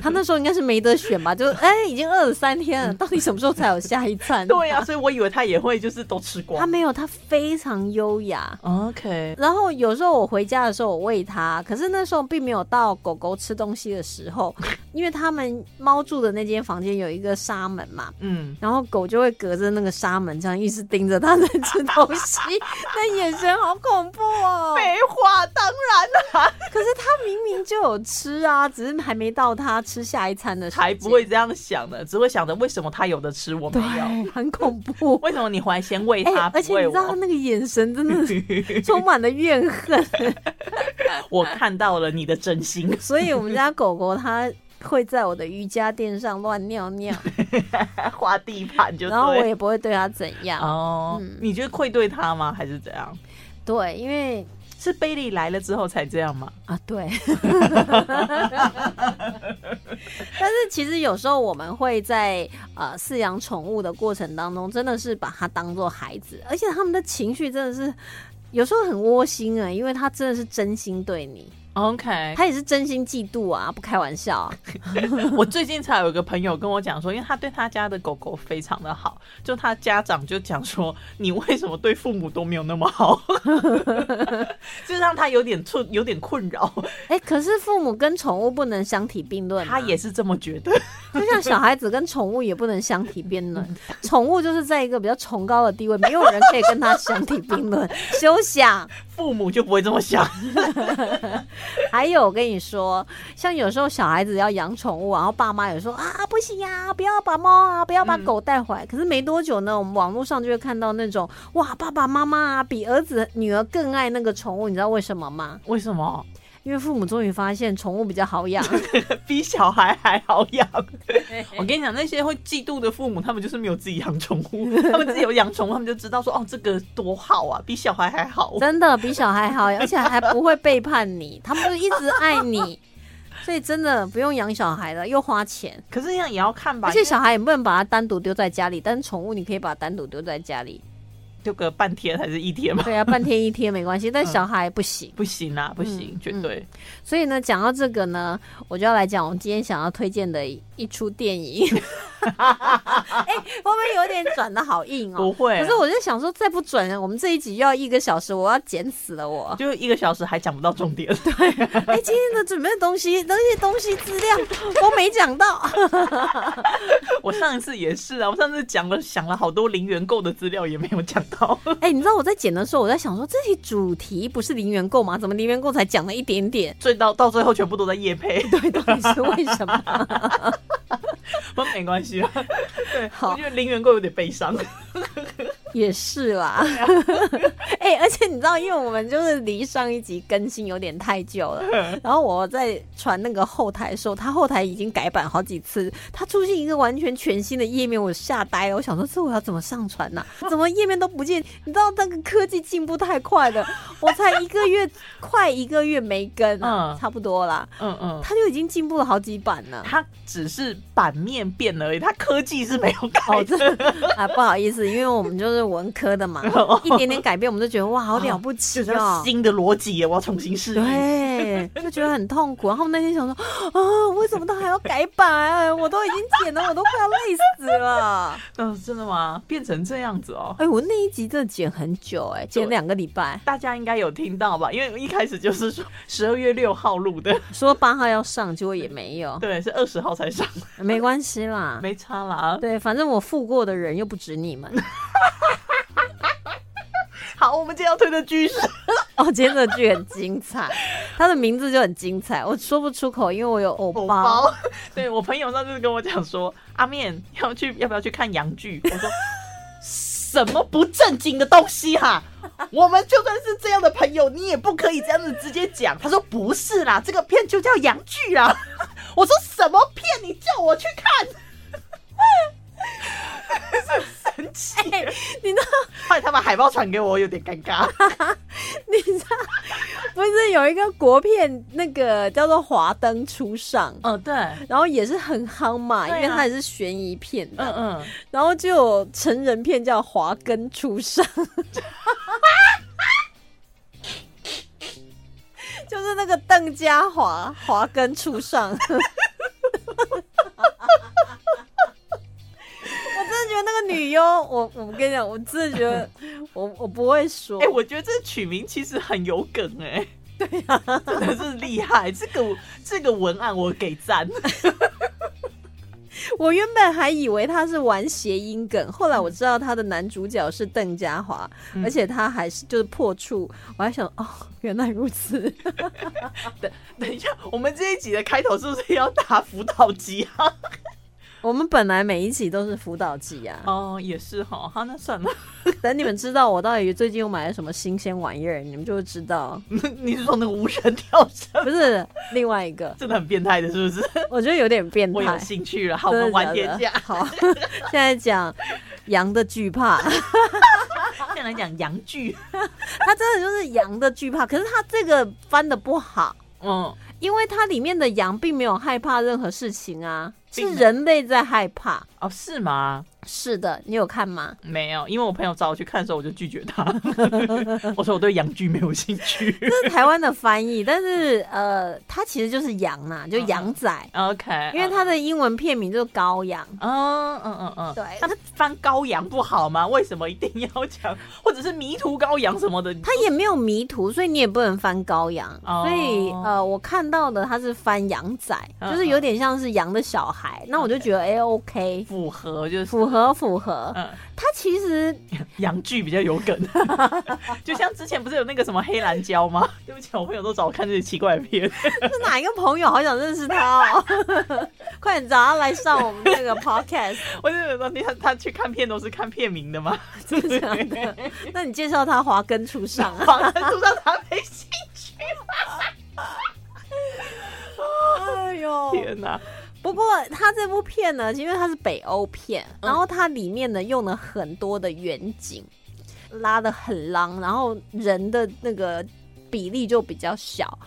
Speaker 4: 它那时候应该是没得选吧，就哎、已经饿了三 [LAUGHS] 天了，到底什么时候才有下一餐？
Speaker 1: 对啊呀、所以我以为它也会就是都吃
Speaker 4: 它
Speaker 1: 光。
Speaker 4: 没有，它非常优雅。
Speaker 1: OK，
Speaker 4: 然后有时候我回家的时候，我喂它，可是那时候并没有到狗狗吃东西的时候，因为他们猫住的那间房间有一个纱门嘛，
Speaker 1: 嗯，
Speaker 4: 然后狗就会隔着那个纱门这样一直盯着它在吃东西，那眼神好恐怖
Speaker 1: [LAUGHS]
Speaker 4: 哦！
Speaker 1: 废话，当然了，
Speaker 4: 可是它明明就有吃啊，只是还没到它吃下一餐的时间，
Speaker 1: 才不会这样想的，只会想着为什么他有的吃我没
Speaker 4: 对
Speaker 1: 有，，
Speaker 4: 很
Speaker 1: [LAUGHS]
Speaker 4: 恐怖。
Speaker 1: 为什么你还先喂
Speaker 4: 哎、
Speaker 1: 他
Speaker 4: 而
Speaker 1: 不哦
Speaker 4: 且你
Speaker 1: 喂
Speaker 4: 知道它
Speaker 1: 我？
Speaker 4: 那个眼神真
Speaker 1: [LAUGHS]
Speaker 4: 的是充满了怨恨，
Speaker 1: 我看到了你的真心，
Speaker 4: 所以我们家狗狗它会在我的瑜伽垫上乱尿尿，
Speaker 1: 花地盘 [LAUGHS] 就
Speaker 4: 然后我
Speaker 1: 对。
Speaker 4: 也嗯不会对它怎样。
Speaker 1: 哦，你觉得愧对他吗？还是怎样？
Speaker 4: 对，因为
Speaker 1: 是贝利来了之后才这样吗？
Speaker 4: 啊，对。 [LAUGHS] 但是其实有时候我们会在呃饲养宠物的过程当中，真的是把它当做孩子，而且他们的情绪真的是有时候很窝心啊，因为他真的是真心对你，
Speaker 1: OK，
Speaker 4: 他也是真心嫉妒啊，不开玩笑啊。
Speaker 1: 我最近才有一个朋友跟我讲说，因为他对他家的狗狗非常的好，就他家长就讲说，你为什么对父母都没有那么好？ [LAUGHS] 就让他有点困，有点困扰。
Speaker 4: 哎、可是父母跟宠物不能相提并论、啊，
Speaker 1: 他也是这么觉得。
Speaker 4: 就像小孩子跟宠物也不能相提并论，
Speaker 1: [LAUGHS]
Speaker 4: 宠物就是在一个比较崇高的地位，没有人可以跟它相提并论， [LAUGHS] 休想。
Speaker 1: 父母就不会这么想。
Speaker 4: 还有，我跟你说，像有时候小孩子要养宠物，然后爸妈也说啊，不行呀、不要把猫啊，不要把狗带回来。可是没多久呢，我们网络上就会看到那种哇，爸爸妈妈啊，比儿子女儿更爱那个宠物，你知道为什么吗？
Speaker 1: [LAUGHS] 为什么
Speaker 4: 因为父母终于发现宠物比较好养，
Speaker 1: [LAUGHS] 比小孩还好 [LAUGHS] 养？我跟你讲，那些会嫉妒的父母，他们就是没有自己养宠物，他们自己有养宠物，他们就知道说哦，这个多好啊，比小孩还好。
Speaker 4: 真的比小孩好养，而且还不会背叛你，他们就一直爱你。所以真的不用养小孩了，又花钱，
Speaker 1: 可是这样也要看吧，
Speaker 4: 而且小孩也不能把它单独丢在家里，但是宠物你可以把它单独丢在家里。
Speaker 1: 因为就个半天还是一天嘛，
Speaker 4: [LAUGHS] 对啊，半天一天没关系，但
Speaker 1: 嗯
Speaker 4: 小孩不行。
Speaker 1: 不行啊，不行，绝对。
Speaker 4: 所以呢，讲到这个呢，我就要来讲我今天想要推荐的一出
Speaker 1: [LAUGHS]
Speaker 4: 电影。哎、会不会有点转的好硬哦？
Speaker 1: 不会啊
Speaker 4: 可是我就想说，再不转，我们这一集又要一个小时，我要剪死了我。 [LAUGHS]
Speaker 1: 就一个小时还讲不到重点，
Speaker 4: 哎、今天的准备的东西，那些东西资料 [LAUGHS] 都没讲到。
Speaker 1: [LAUGHS] 我上一次也是啊，我上次讲了想了好多零元购的资料也没有讲到， [LAUGHS]
Speaker 4: 哎、你知道我在剪的时候，我在想说，这题主题不是零元购吗？怎么零元购才讲了一
Speaker 1: [LAUGHS]
Speaker 4: 点点？
Speaker 1: 所以到到最后全部都在夜配，对的，
Speaker 4: 到底是为什么？
Speaker 1: 不没关系
Speaker 4: [LAUGHS]
Speaker 1: 啊。对，
Speaker 4: 好
Speaker 1: 我觉得零元购有点悲伤，
Speaker 4: 也是啦，哎、而且你知道，因为我们就是离上一集更新有点太久了，然后我在传那个后台的时候，它后台已经改版好几次，它出现一个完全全新的页面，我吓呆了，我想说这我要怎么上传呐、怎么页面都不见？你知道那个科技进步太快了，我才一个月 [LAUGHS] 快一个月没更、啊
Speaker 1: 嗯
Speaker 4: 差不多啦，
Speaker 1: 嗯嗯。
Speaker 4: 它就已经进步了好几版了。
Speaker 1: 它只是版面变了而已，它科技是没有改
Speaker 4: 哦，
Speaker 1: 的。
Speaker 4: 这啊，不好意思，因为我们就是文科的嘛，一点点改变，我们就觉得哇，好了不起
Speaker 1: [LAUGHS] 就是
Speaker 4: 哦。
Speaker 1: 新的逻辑耶，我要重新试。
Speaker 4: 对，就觉得很痛苦。然后那天想说，啊，为什么他还要改版？啊我都已经剪了，我都快要累死了。
Speaker 1: 嗯，真的吗？变成这样子哦。
Speaker 4: 哎、我那一集真的剪很久、哎，剪两个礼拜，
Speaker 1: 大家应该有听到吧？因为一开始就是说十二月六号录的，
Speaker 4: 说八号要上，结果也没有，
Speaker 1: 对，是二十号才上，
Speaker 4: 没关系啦。
Speaker 1: 没差啦。
Speaker 4: 对，反正我付过的人又不止你们。
Speaker 1: 好，我们今天要推的剧是
Speaker 4: 哦，今天这剧很精彩，它的名字就很精彩，我说不出口，因为我有偶
Speaker 1: 偶
Speaker 4: 包。
Speaker 1: 包。 [LAUGHS] 对我朋友上次跟我讲说，阿面要去要不要去看洋剧？我说什么不正经的东西哈、我们就算是这样的朋友，你也不可以这样子直接讲。他说不是啦，这个片就叫洋剧啦。 [LAUGHS] 我说什么片？你叫我去看？神奇，
Speaker 4: 哎你知道
Speaker 1: 后来他把海报传给我，我有点尴尬。
Speaker 4: 你知道，不是有一个国片那个叫做《华灯初上》，
Speaker 1: 嗯，对，
Speaker 4: 然后也是很夯嘛，因
Speaker 1: 对啊
Speaker 4: 为它也是悬疑片的，
Speaker 1: 嗯嗯，
Speaker 4: 然后就有成人片叫《华根初上》。 [LAUGHS] 就是那个邓家华，华根初上， [LAUGHS] 我真的觉得那个女优，我我跟你讲，我真的觉得我我不会说，
Speaker 1: 哎、我觉得这取名其实很有梗哎、 [LAUGHS] 对呀、真的是厉害。这个这个文案我给赞。
Speaker 4: [LAUGHS] 我原本还以为他是玩谐音梗，后来我知道他的男主角是邓家华，
Speaker 1: 嗯
Speaker 4: 而且他还是就是破处，我还想哦， [LAUGHS] 原来如此。 [LAUGHS]
Speaker 1: 等一下，我们这一集的开头是不是要打辅导机啊？
Speaker 4: 我们本来每一集都是辅导季啊，
Speaker 1: [LAUGHS] 哦，也是哈，好，那算了。
Speaker 4: 等你们知道我到底最近又买了什么新鲜玩意儿，你们就会
Speaker 1: [LAUGHS]
Speaker 4: 知道。
Speaker 1: 你是说 [LAUGHS] 那个无人跳绳
Speaker 4: 不是另外一
Speaker 1: [LAUGHS]
Speaker 4: 个，
Speaker 1: 真的很变态的，是不是？
Speaker 4: 我觉得有点变
Speaker 1: 我有
Speaker 4: 态。
Speaker 1: 兴趣了，好，
Speaker 4: 真
Speaker 1: 我
Speaker 4: 的
Speaker 1: 们晚
Speaker 4: 假
Speaker 1: 点
Speaker 4: 的
Speaker 1: 讲。
Speaker 4: 好， [LAUGHS] 现在讲羊的惧怕， [LAUGHS]
Speaker 1: 现在来讲洋剧，
Speaker 4: 它真的就是羊的惧怕，可是它这个翻的不好。
Speaker 1: [LAUGHS] 嗯，
Speaker 4: 因为它里面的羊并没有害怕任何事情啊，
Speaker 1: 并
Speaker 4: 是
Speaker 1: 没有
Speaker 4: 人类在害怕。
Speaker 1: 哦，是吗？
Speaker 4: 是的，你有看吗？
Speaker 1: 没有，因为我朋友找我去看的时候，我就拒绝 [LAUGHS] 他。我说我对洋剧没有兴趣。
Speaker 4: [LAUGHS] 这是台湾的翻译，但是呃，它其实就是羊
Speaker 1: [LAUGHS]
Speaker 4: 呐、就羊仔，
Speaker 1: 嗯 OK，
Speaker 4: 因为它的英文片名就是羔羊。
Speaker 1: 嗯嗯嗯嗯，
Speaker 4: 对
Speaker 1: 那翻羔羊不好吗？为什么一定要讲，或者是迷途羔羊什么的？
Speaker 4: 它也没有迷途，所以你也不能翻羔羊。
Speaker 1: 哦
Speaker 4: 所以呃，我看到的它是翻羊仔，
Speaker 1: 嗯
Speaker 4: 就是有点像是羊的小孩。那我就觉得哎、OK，
Speaker 1: 符合就是
Speaker 4: 符合符合。
Speaker 1: 嗯，
Speaker 4: 它其实
Speaker 1: 洋剧比较有
Speaker 4: [LAUGHS]
Speaker 1: 梗，就像之前不是有那个什么黑蓝胶吗？ [LAUGHS] 对不起，我朋友都找我看这些奇怪的片。 [LAUGHS]
Speaker 4: 是 [LAUGHS] 哪一个朋友？好想认识他哦！ [LAUGHS] 快点找他来上我们那个 podcast，
Speaker 1: 我就想说，你看他去看片都是看片名的吗？
Speaker 4: [LAUGHS] 真的假的？那你介绍他华根初上啊？
Speaker 1: 网站书上他没兴趣。
Speaker 4: 哎呦
Speaker 1: 天哪、
Speaker 4: 不过他这部片呢，因为它是北欧片，然后它里面呢用了很多的远景，拉的很浪，然后人的那个比例就比较小。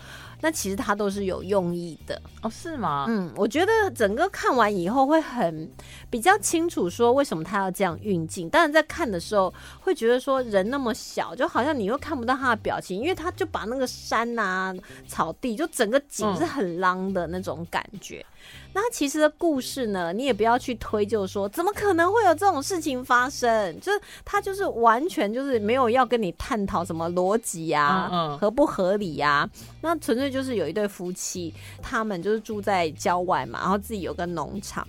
Speaker 4: 那其实它都是有用意的。
Speaker 1: 哦，是吗？
Speaker 4: 嗯，我觉得整个看完以后会很比较清楚，说为什么他要这样运镜。当然，在看的时候会觉得说人那么小，就好像你又看不到他的表情，因为他就把那个山啊、草地，就整个景
Speaker 1: 嗯
Speaker 4: 是很浪的那种感觉。那其实的故事呢，你也不要去推究说怎么可能会有这种事情发生，就是他就是完全就是没有要跟你探讨什么逻辑啊、
Speaker 1: 嗯嗯
Speaker 4: 合不合理呀、那纯粹就是有一对夫妻，他们就是住在郊外嘛，然后自己有个农场，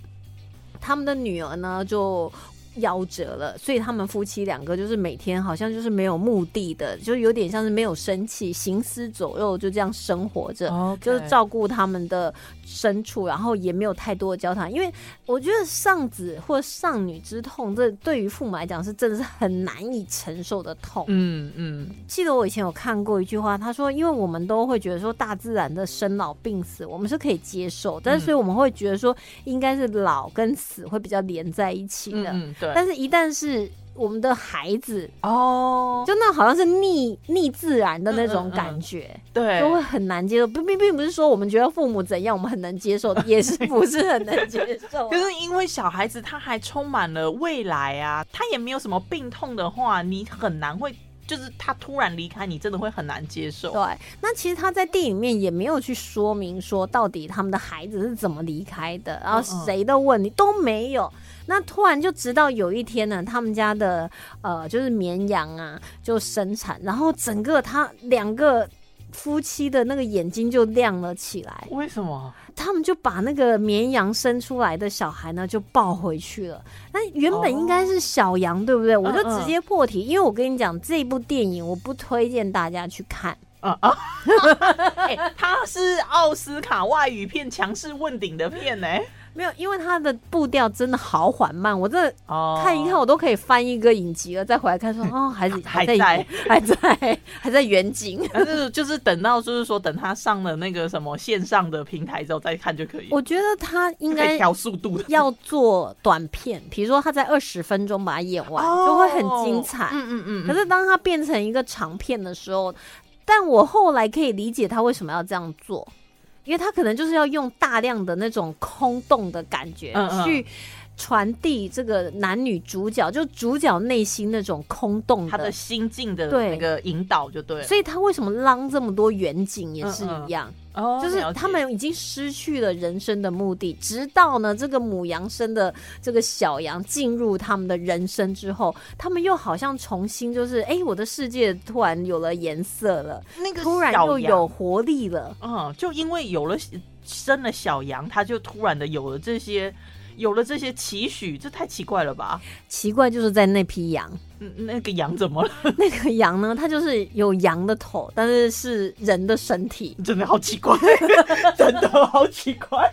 Speaker 4: 他们的女儿呢就。夭折了，所以他们夫妻两个就是每天好像就是没有目的的，就有点像是没有生气，行尸走肉就这样生活着。
Speaker 1: 哦，
Speaker 4: 嗯就是照顾他们的牲畜，然后也没有太多的交谈，因为我觉得丧子或丧女之痛，这对于父母来讲是真的是很难以承受的痛。
Speaker 1: 嗯嗯，
Speaker 4: 记得我以前有看过一句话，他说，因为我们都会觉得说大自然的生老病死，我们是可以接受，但是所以我们会觉得说应该是老跟死会比较连在一起
Speaker 1: 嗯
Speaker 4: 的，
Speaker 1: 嗯，对，
Speaker 4: 但是一旦是我们的孩子，
Speaker 1: 哦，
Speaker 4: 就那好像是逆逆自然的那
Speaker 1: 嗯
Speaker 4: 种
Speaker 1: 嗯嗯
Speaker 4: 感觉。
Speaker 1: 对，
Speaker 4: 都会很难接受，并并并不是说我们觉得父母怎样，我们很能接受，也是不是很能接受啊、
Speaker 1: 可是因为小孩子他还充满了未来啊，他也没有什么病痛的话，你很难会就是他突然离开，你真的会很难接受。
Speaker 4: 对，那其实他在电影里面也没有去说明说到底他们的孩子是怎么离开的，然后谁的问题都没有。那突然就直到有一天呢，他们家的呃就是绵羊啊就生产，然后整个他两个夫妻的那个眼睛就亮了起来，
Speaker 1: 为什么？
Speaker 4: 他们就把那个绵羊生出来的小孩呢，就抱回去了。那原本应该是小羊，对不对？我就直接破题，因为我跟你讲，这部电影我不推荐大家去看。
Speaker 1: 啊啊！哎、他是奥斯卡外语片强势问鼎的片呢、
Speaker 4: 没有，因为它的步调真的好缓慢，我真的
Speaker 1: 哦，
Speaker 4: 看一看，我都可以翻一个影集了，再回来
Speaker 1: [LAUGHS]
Speaker 4: 看说，哦，孩子
Speaker 1: 还
Speaker 4: 在
Speaker 1: 在，
Speaker 4: [LAUGHS] 还在，还在远景。
Speaker 1: [LAUGHS] 但是就是等到就是说等他上了那个什么线上的平台之后再看就可以，
Speaker 4: 我觉得他应
Speaker 1: 可
Speaker 4: 该
Speaker 1: 以调速度的。
Speaker 4: 要做短片，比如说他在二十分钟把它演完，
Speaker 1: 哦
Speaker 4: 就会很精彩。
Speaker 1: 嗯嗯嗯，
Speaker 4: 可是当它变成一个长片的时候，但我后来可以理解他为什么要这样做，因为他可能就是要用大量的那种空洞的感觉
Speaker 1: 嗯嗯
Speaker 4: 去传递这个男女主角，就主角内心那种空洞
Speaker 1: 他的
Speaker 4: 的。
Speaker 1: 心境的
Speaker 4: 对
Speaker 1: 那个引导就对了，
Speaker 4: 所以他为什么浪这么多远景也是一样，
Speaker 1: 哦
Speaker 4: 就是
Speaker 1: 了解
Speaker 4: 他们已经失去了人生的目的，直到呢这个母羊生的这个小羊进入他们的人生之后，他们又好像重新就是，哎、我的世界突然有了颜色了，
Speaker 1: 那个
Speaker 4: 突然
Speaker 1: 小
Speaker 4: 又
Speaker 1: 羊
Speaker 4: 有活力了。
Speaker 1: 嗯，就因为有了生了小羊，他就突然的有了这些，有了这些期许，这太奇怪了吧？
Speaker 4: 奇怪，就是在那批 [LAUGHS] 羊，
Speaker 1: 嗯，那个羊怎么了？
Speaker 4: 那个羊呢，它就是有羊的头，但是是人的身 [LAUGHS] 体。
Speaker 1: 真的好奇怪， [LAUGHS] 真的好奇怪。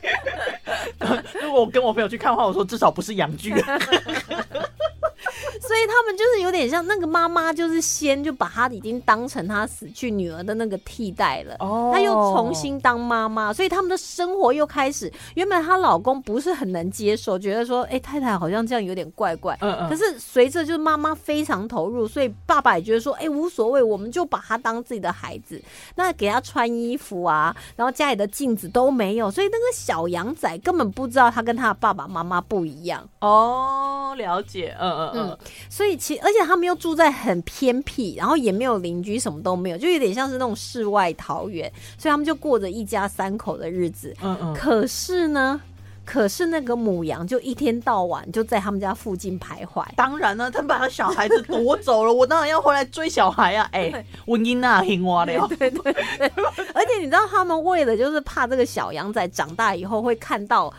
Speaker 1: [LAUGHS] 如果我跟我朋友去看的话，我说至少不是羊
Speaker 4: [LAUGHS]
Speaker 1: 具。
Speaker 4: 所以他们就是有点像那个妈妈，就是先就把她已经当成她死去女儿的那个替代了。
Speaker 1: 哦
Speaker 4: 她又重新当妈妈，所以他们的生活又开始。原本她老公不是很能接受，觉得说，哎、太太好像这样有点怪怪。
Speaker 1: 嗯嗯
Speaker 4: 可是随着就是妈妈非常投入，所以爸爸也觉得说，哎、无所谓，我们就把他当自己的孩子，那给他穿衣服啊，然后家里的镜子都没有，所以那个小羊仔根本不知道他跟他的爸爸妈妈不一样。
Speaker 1: 哦，了解，嗯嗯嗯
Speaker 4: 嗯，所以其而且他们又住在很偏僻，然后也没有邻居，什么都没有，就有点像是那种世外桃源，所以他们就过着一家三口的日子。
Speaker 1: 嗯嗯，
Speaker 4: 可是呢，可是那个母羊就一天到晚就在他们家附近徘徊。
Speaker 1: 当然了，他把他小孩子夺走了，我当然要回来追小孩啊！哎、我囡娜听我的哦，
Speaker 4: 而且你知道，他们为了就是怕这个小羊仔长大以后会看到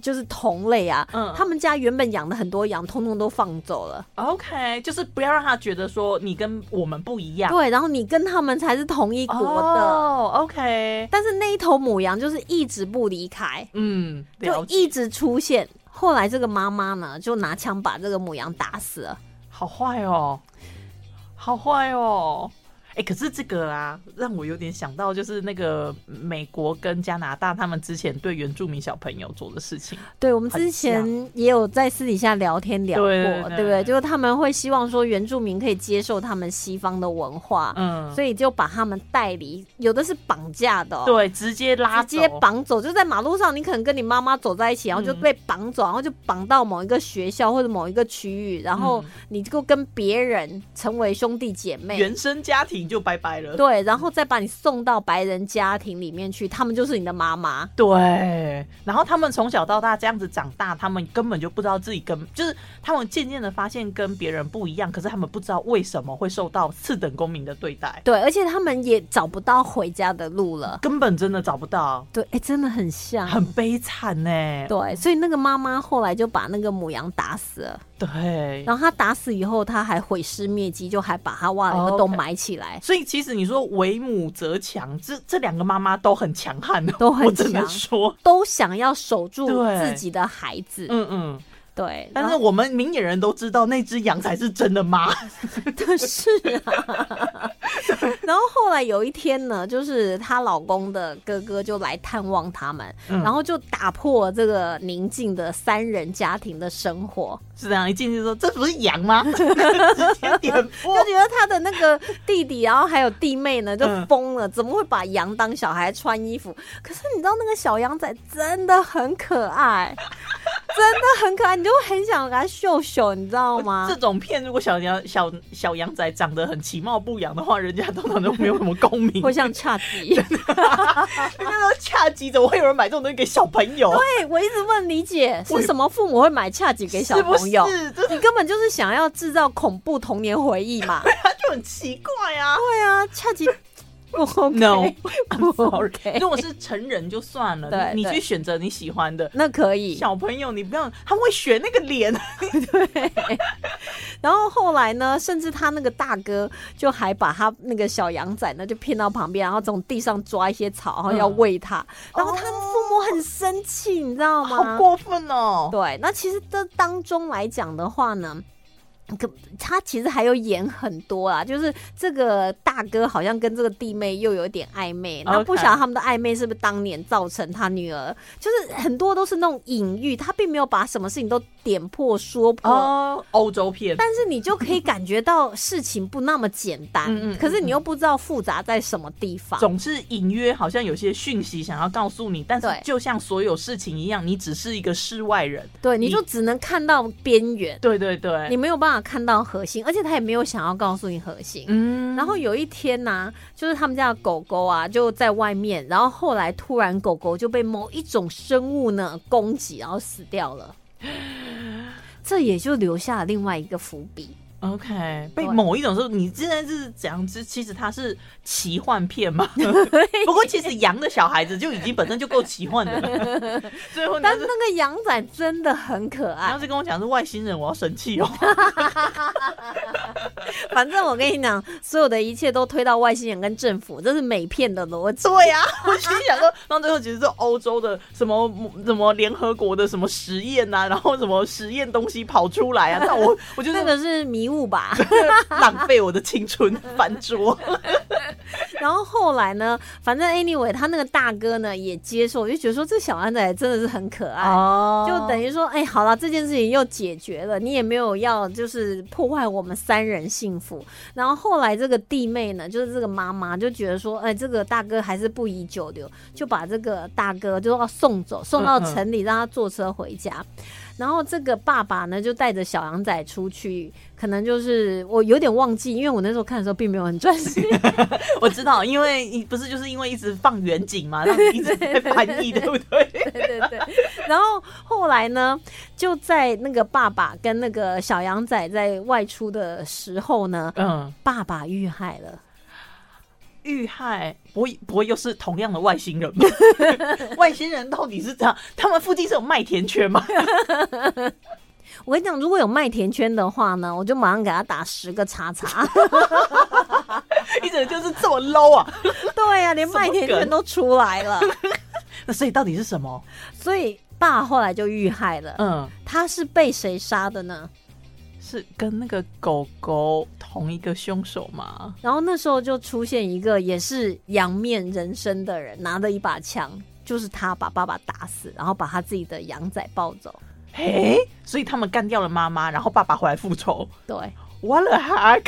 Speaker 4: 就是同类啊，
Speaker 1: 嗯
Speaker 4: 他们家原本养的很多羊，通通都放走了。
Speaker 1: 哦 OK，就是不要让他觉得说你跟我们不一样。
Speaker 4: 对，然后你跟他们才是同一国的。
Speaker 1: 啊哦，OK，
Speaker 4: 但是那一头母羊就是一直不离开，
Speaker 1: 嗯，
Speaker 4: 就
Speaker 1: 了解
Speaker 4: 一直出现。后来这个妈妈呢，就拿枪把这个母羊打死了。
Speaker 1: 好坏哦，好坏哦。哎、可是这个啊，让我有点想到就是那个美国跟加拿大他们之前对原住民小朋友做的事情。
Speaker 4: 对，我们
Speaker 1: 很
Speaker 4: 之前也有在私底下聊天聊过，
Speaker 1: 对对对
Speaker 4: 不对？就是他们会希望说原住民可以接受他们西方的文化，
Speaker 1: 嗯，
Speaker 4: 啊所以就把他们带离，有的是绑架的、哦，
Speaker 1: 对，直接拉
Speaker 4: 直接
Speaker 1: 走
Speaker 4: 绑走，就在马路上，你可能跟你妈妈走在一起，然后就
Speaker 1: 嗯
Speaker 4: 被绑走，然后就绑到某一个学校或者某一个区域，然后
Speaker 1: 嗯
Speaker 4: 你就跟别人成为兄弟姐妹。
Speaker 1: 原生家庭就拜拜了。
Speaker 4: 欸对，然后再把你送到白人家庭里面去，他们就是你的妈妈。
Speaker 1: 对，然后他们从小到大这样子长大，他们根本就不知道自己跟，就是他们渐渐的发现跟别人不一样，可是他们不知道为什么会受到次等公民的对待，
Speaker 4: 对，而且他们也找不到回家的路了。
Speaker 1: 根本真的找不到，
Speaker 4: 对，哎，真的很像。
Speaker 1: 很悲惨欸呢、
Speaker 4: 对，所以那个妈妈后来就把那个母羊打死了，
Speaker 1: 对，
Speaker 4: 然后她打死以后，她还毁尸灭迹，就还把她挖了一
Speaker 1: 哦
Speaker 4: 个洞
Speaker 1: ，OK
Speaker 4: 埋起来。
Speaker 1: 所以其实你说为母则强，这这两个妈妈都很强悍的，
Speaker 4: 都很
Speaker 1: 我只能
Speaker 4: 强
Speaker 1: 说，
Speaker 4: 都想要守住
Speaker 1: 对
Speaker 4: 自己的孩子，
Speaker 1: 嗯嗯。
Speaker 4: 对，
Speaker 1: 但
Speaker 4: 然
Speaker 1: 是
Speaker 4: 后
Speaker 1: 我们明眼人都知道，那只羊才是真的妈。 [LAUGHS]
Speaker 4: 但是啊， [LAUGHS] 然后后来有一天呢，就是她老公的哥哥就来探望他们，
Speaker 1: 嗯
Speaker 4: 然后就打破这个宁静的三人家庭的生活，
Speaker 1: 是这样，一进去说这不是羊吗？ [LAUGHS] 直接点
Speaker 4: [LAUGHS]
Speaker 1: 破
Speaker 4: 就。觉得他的那个弟弟，然后还有弟妹呢，就
Speaker 1: 嗯
Speaker 4: 疯了，怎么会把羊当小孩穿衣服？可是你知道那个小羊仔真的很
Speaker 1: [LAUGHS]
Speaker 4: 可爱，真的很可爱，你就会很想给他秀秀，你知道吗？
Speaker 1: 这种片，如果小羊小小羊仔长得很其貌不扬的话，人家通常都没有什么共鸣。[LAUGHS]
Speaker 4: [LAUGHS] 会像恰吉。
Speaker 1: 人家都恰急着，我会有人买这种东西给小朋友，
Speaker 4: 对，我一直问李姐，
Speaker 1: [LAUGHS] 我
Speaker 4: 是什么父母会买恰吉给小朋友？
Speaker 1: 是不是？这
Speaker 4: 你根本就是想要制造恐怖童年回忆
Speaker 1: [LAUGHS]
Speaker 4: 嘛？
Speaker 1: 他就很奇怪
Speaker 4: [LAUGHS]
Speaker 1: 啊。
Speaker 4: 对啊，恰
Speaker 1: [LAUGHS]
Speaker 4: 吉不 OK，
Speaker 1: No，
Speaker 4: 不
Speaker 1: Sorry，
Speaker 4: OK，
Speaker 1: 如果是成人就算了，
Speaker 4: 对
Speaker 1: 你你
Speaker 4: 对
Speaker 1: 去选择你喜欢的。
Speaker 4: 那可以。
Speaker 1: 小朋友，你不要，他们会选那个脸，
Speaker 4: 然后后来呢，甚至他那个大哥就还把他那个小羊仔呢就骗到旁边，然后从地上抓一些草，然后
Speaker 1: 哦
Speaker 4: 要喂他。然后他父母很生气，你知道吗？
Speaker 1: 好过分哦。
Speaker 4: 对，那其实这当中来讲的话呢。可他其实还有演很多啦，就是这个大哥好像跟这个弟妹又有点暧昧，那不
Speaker 1: OK
Speaker 4: 晓得他们的暧昧是不是当年造成他女儿，就是很多都是那种隐喻，他并没有把什么事情都点破说破，
Speaker 1: 哦，欧洲片，
Speaker 4: 但是你就可以感觉到事情不那么简单，
Speaker 1: 嗯嗯嗯
Speaker 4: 可是你又不知道复杂在什么地方。
Speaker 1: 总是隐约好像有些讯息想要告诉你，但是
Speaker 4: 对
Speaker 1: 就像所有事情一样，你只是一个世外人。
Speaker 4: 对，你
Speaker 1: 你
Speaker 4: 就只能看到边缘，
Speaker 1: 对对对，
Speaker 4: 你没有办法看到核心，而且他也没有想要告诉你核心。
Speaker 1: 嗯
Speaker 4: 然后有一天呢、就是他们家的狗狗啊，就在外面，然后后来突然狗狗就被某一种生物呢攻击，然后死掉了。这也就留下了另外一个伏笔。
Speaker 1: OK，被
Speaker 4: 对
Speaker 1: 某一种说你现在是怎样？这其实它是奇幻片
Speaker 4: [LAUGHS]
Speaker 1: 嘛。不过其实羊的小孩子就已经本身就够奇幻的了。
Speaker 4: [LAUGHS]
Speaker 1: 最后你要
Speaker 4: 但
Speaker 1: 是
Speaker 4: 是那个羊仔真的很可
Speaker 1: 你
Speaker 4: 爱
Speaker 1: 要，是跟我讲是外星人，我要生气哦。
Speaker 4: 反正我跟你讲，所有的一切都推到外星人跟政府，这是美片的逻辑。
Speaker 1: 对呀、 [LAUGHS] 我心想说，然后最后其实是欧洲的什么什么联合国的什么实验呐、然后什么实验东西跑出来啊，那我我就
Speaker 4: 那
Speaker 1: 是
Speaker 4: 个是迷雾吧？
Speaker 1: 浪费我的青春，翻桌。
Speaker 4: 然后后来呢，反正 anyway，他那个大哥呢也接受，我就觉得说这小安仔真的是很可
Speaker 1: [LAUGHS]
Speaker 4: 爱。
Speaker 1: [LAUGHS] 哦
Speaker 4: 就等于说，哎、好了，这件事情又解决了，你也没有要就是破坏我们三人幸福。然后后来这个弟妹呢，就是这个妈妈就觉得说，哎、这个大哥还是不宜久留，就把这个大哥就要送走，送到
Speaker 1: 嗯嗯
Speaker 4: 城里让他坐车回家。然后这个爸爸呢，就带着小羊仔出去，可能就是我有点忘记，因为我那时候看的时候并没有很专心。
Speaker 1: 我知道，因为你不是就是因为一直放远景嘛，让你一直在翻译，对不对？
Speaker 4: 对 [LAUGHS] 对对。然后后来呢，就在那个爸爸跟那个小羊仔在外出的时候呢，
Speaker 1: 嗯。
Speaker 4: 爸爸遇害了。
Speaker 1: [LAUGHS] 遇害，不会不会又是同样的外星 [LAUGHS] 人吗？外星人到底是怎样？他们附近是有麦田圈吗？ [LAUGHS]
Speaker 4: 我跟你讲，如果有麦田圈的话呢，我就马上给他打十个叉叉。 [LAUGHS]
Speaker 1: 一直就是这么 low 啊！
Speaker 4: 对呀、连麦田圈都出来了， [LAUGHS]
Speaker 1: 那所以到底是什么？
Speaker 4: 所以爸后来就遇害了。
Speaker 1: 嗯，
Speaker 4: 他是被谁杀的呢？
Speaker 1: 是跟那个狗狗同一个凶手吗？
Speaker 4: 然后那时候就出现一个也是仰面人生的人，拿着一把枪，就是他把爸爸打死，然后把他自己的羊仔抱走。
Speaker 1: 诶，所以他们干掉了妈妈，然后爸爸回来复仇。
Speaker 4: 对，
Speaker 1: What the heck？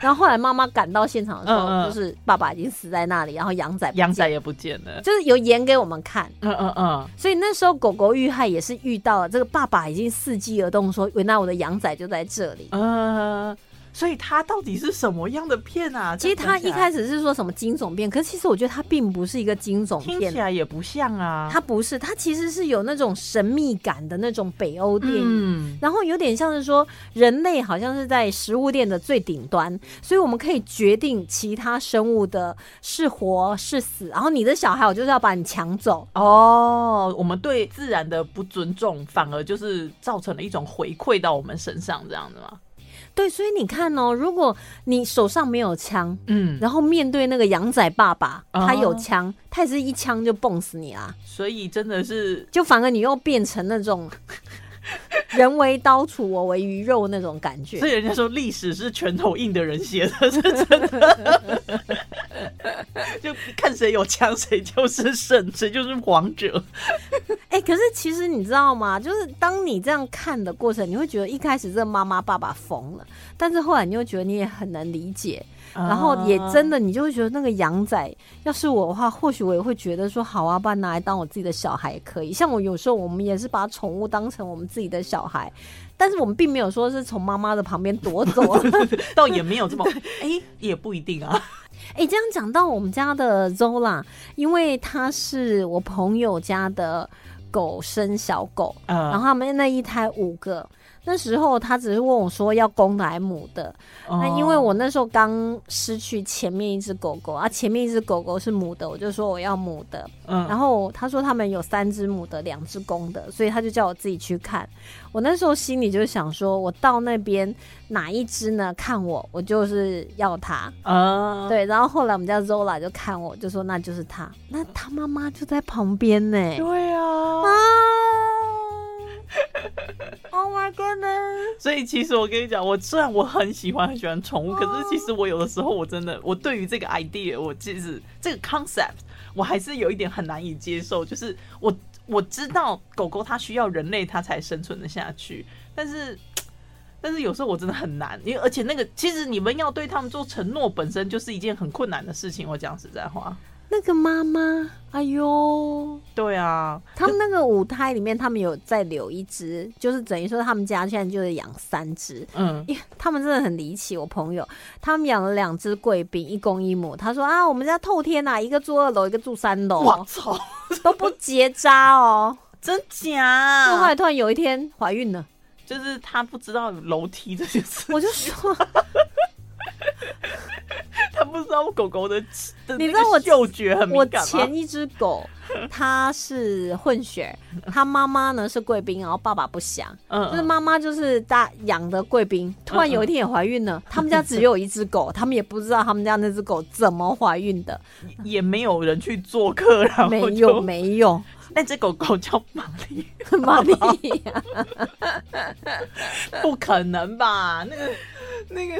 Speaker 4: 然后后来妈妈赶到现场的时候，
Speaker 1: 嗯嗯
Speaker 4: 就是爸爸已经死在那里，然后羊仔不见
Speaker 1: 羊仔也不见了。
Speaker 4: 就是有演给我们看。
Speaker 1: 嗯嗯嗯，
Speaker 4: 所以那时候狗狗遇害也是遇到了这个爸爸已经伺机而动说，原来我的羊仔就在这里。
Speaker 1: 呃，所以他到底是什么样的片啊？
Speaker 4: 其实他一开
Speaker 1: 始
Speaker 4: 始是说什么惊悚片，可是其实我觉得它并不是一个惊悚
Speaker 1: 听
Speaker 4: 片
Speaker 1: 起，来也不像啊。
Speaker 4: 它不是，它其实是有那种神秘感的那种北欧电影。
Speaker 1: 嗯，
Speaker 4: 然后有点像是说，人类好像是在食物链的最顶端，所以我们可以决定其他生物的是活是死。然后你的小孩，我就是要把你抢走。
Speaker 1: 哦，我们对自然的不尊重，反而就是造成了一种回馈到我们身上，这样子吗？
Speaker 4: 对，所以你看哦，如果你手上没有枪，
Speaker 1: 嗯，
Speaker 4: 然后面对那个羊仔爸爸，
Speaker 1: 哦
Speaker 4: 他有枪，他也是一枪就蹦死你啦。
Speaker 1: 所以真的是
Speaker 4: 就反而你又变成那种 [LAUGHS] 人为刀俎，我为鱼肉那种感觉
Speaker 1: 所。以人家说历史是拳头硬的人写的，是真的。 [LAUGHS] 就看谁有枪，谁就是胜，谁就是王者。
Speaker 4: 哎、可是其实你知道吗？就是当你这样看的过程，你会觉得一开始这妈妈爸爸疯了，但是后来你又觉得你也很能理解，
Speaker 1: 啊
Speaker 4: 然后也真的你就会觉得那个羊仔，要是我的话，或许我也会觉得说，好啊，把它拿来当我自己的小孩也可以。像我有时候我们也是把宠物当成我们自己的小孩，但是我们并没有说是从妈妈的旁边夺走。
Speaker 1: 倒也没有
Speaker 4: [LAUGHS]
Speaker 1: 这么，哎、也不一定啊。
Speaker 4: 哎、这样讲到我们家的 Zola，因为它是我朋友家的狗生小狗，
Speaker 1: 呃
Speaker 4: 然后他们那一胎五个。那时候他只是问我说要公的还是母的，
Speaker 1: 哦嗯
Speaker 4: 那因为我那时候刚失去前面一只狗狗啊，前面一只狗狗是母的，我就说我要母的。
Speaker 1: 嗯，
Speaker 4: 然后他说他们有三只母的，两只公的，所以他就叫我自己去看。我那时候心里就想说，我到那边哪一只呢？看我，我就是要它。
Speaker 1: 呃，
Speaker 4: 对，然后后来我们家 Zola 就看我，就说那就是他，那他妈妈就在旁边呢。
Speaker 1: 对
Speaker 4: 啊
Speaker 1: 啊，
Speaker 4: ！Oh my goodness！
Speaker 1: 所以其实我跟你讲，我虽然我很喜欢很喜欢宠物，可是其实我有的时候我真的，我对于这个 idea，我其实这个 concept，我还是有一点很难以接受。就是我我知道狗狗它需要人类它才生存的下去，但是。但是有时候我真的很难，因为而且那个其实你们要对他们做承诺本身就是一件很困难的事情。我讲实在话，
Speaker 4: 那个妈妈，哎呦，
Speaker 1: 对啊，
Speaker 4: 他们那个五胎里面，他们有再留一只，就是等于说他们家现在就是养三只。
Speaker 1: 嗯，
Speaker 4: 因为他们真的很离奇，我朋友他们养了两只贵宾，一公一母。他说啊，我们家透天呐、啊，一个住二楼，一个住三
Speaker 1: 我
Speaker 4: 楼，
Speaker 1: 操，
Speaker 4: 都不结扎 [LAUGHS] 哦。
Speaker 1: 真假？
Speaker 4: 就后来突然有一天怀孕 [LAUGHS] 了，
Speaker 1: 就是他不知道楼梯这件事，
Speaker 4: 我就说，
Speaker 1: 他不知道狗狗的，的
Speaker 4: 你
Speaker 1: 那
Speaker 4: 知道
Speaker 1: 个
Speaker 4: 我
Speaker 1: 嗅觉很
Speaker 4: 我
Speaker 1: 敏感吗
Speaker 4: 前？一只
Speaker 1: [LAUGHS]
Speaker 4: 狗，它是混血，它妈妈呢是贵宾，然后爸爸不详，
Speaker 1: 嗯
Speaker 4: 就是妈妈就是大养的贵宾，突然有一天也怀
Speaker 1: 嗯
Speaker 4: 孕了。 [LAUGHS] 他们家只有一只狗，他们也不知道他们家那只狗怎么怀孕的，
Speaker 1: 也没有人去做客，然
Speaker 4: 没
Speaker 1: 后
Speaker 4: 有
Speaker 1: 就
Speaker 4: 没
Speaker 1: [LAUGHS]
Speaker 4: 有，
Speaker 1: 那只狗狗叫玛丽，
Speaker 4: 玛丽亚，
Speaker 1: 不可能吧？那个、那个、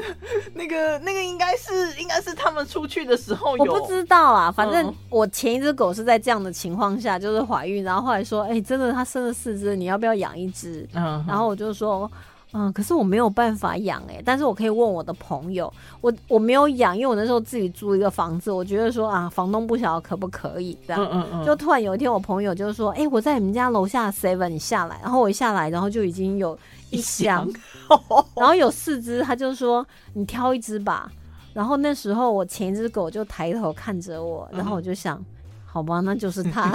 Speaker 1: 那个、那个应该是应该是他们出去的时候
Speaker 4: 我
Speaker 1: 有，
Speaker 4: 不知道啊。反正
Speaker 1: 嗯
Speaker 4: 我前一只狗是在这样的情况下，就是怀孕，然后后来说，哎、真的，它生了四只，你要不要养一只？
Speaker 1: 嗯，
Speaker 4: 然后我就说，嗯，可是我没有办法养哎、但是我可以问我的朋友，我我没有养，因为我那时候自己租一个房子，我觉得说啊，房东不晓得可不可以这样。
Speaker 1: 嗯嗯嗯，
Speaker 4: 就突然有一天，我朋友就说：“哎、我在你们家楼下 seven，你下来。”然后我一下来，然后就已经有一箱， [LAUGHS]
Speaker 1: [LAUGHS]
Speaker 4: 然后有四只，他就说：“你挑一只吧。”然后那时候我前一只狗就抬头看着我，
Speaker 1: 嗯
Speaker 4: 然后我就想：“好吧，那就是
Speaker 1: [LAUGHS]
Speaker 4: 它。”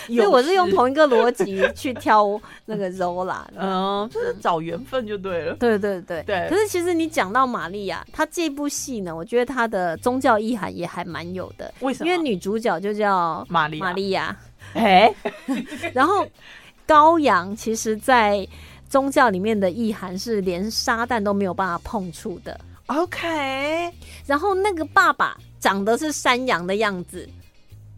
Speaker 4: [LAUGHS] 所以我是用
Speaker 1: 友
Speaker 4: 同一个逻辑去挑那个 Zola 的。
Speaker 1: 嗯，就是找缘分就对了。
Speaker 4: [LAUGHS] 对对对
Speaker 1: 对
Speaker 4: 可是其实你讲到玛利亚，她这部戏呢，我觉得她的宗教意涵也还蛮有的，
Speaker 1: 为什
Speaker 4: 因
Speaker 1: 么？
Speaker 4: 为女主角就叫
Speaker 1: 玛丽，啊
Speaker 4: 玛，啊利亚，
Speaker 1: 哎， [LAUGHS]
Speaker 4: 然后羔羊其实在宗教里面的意涵是连撒旦都没有办法碰触的，
Speaker 1: OK
Speaker 4: 然后那个爸爸。长得是山羊的样子，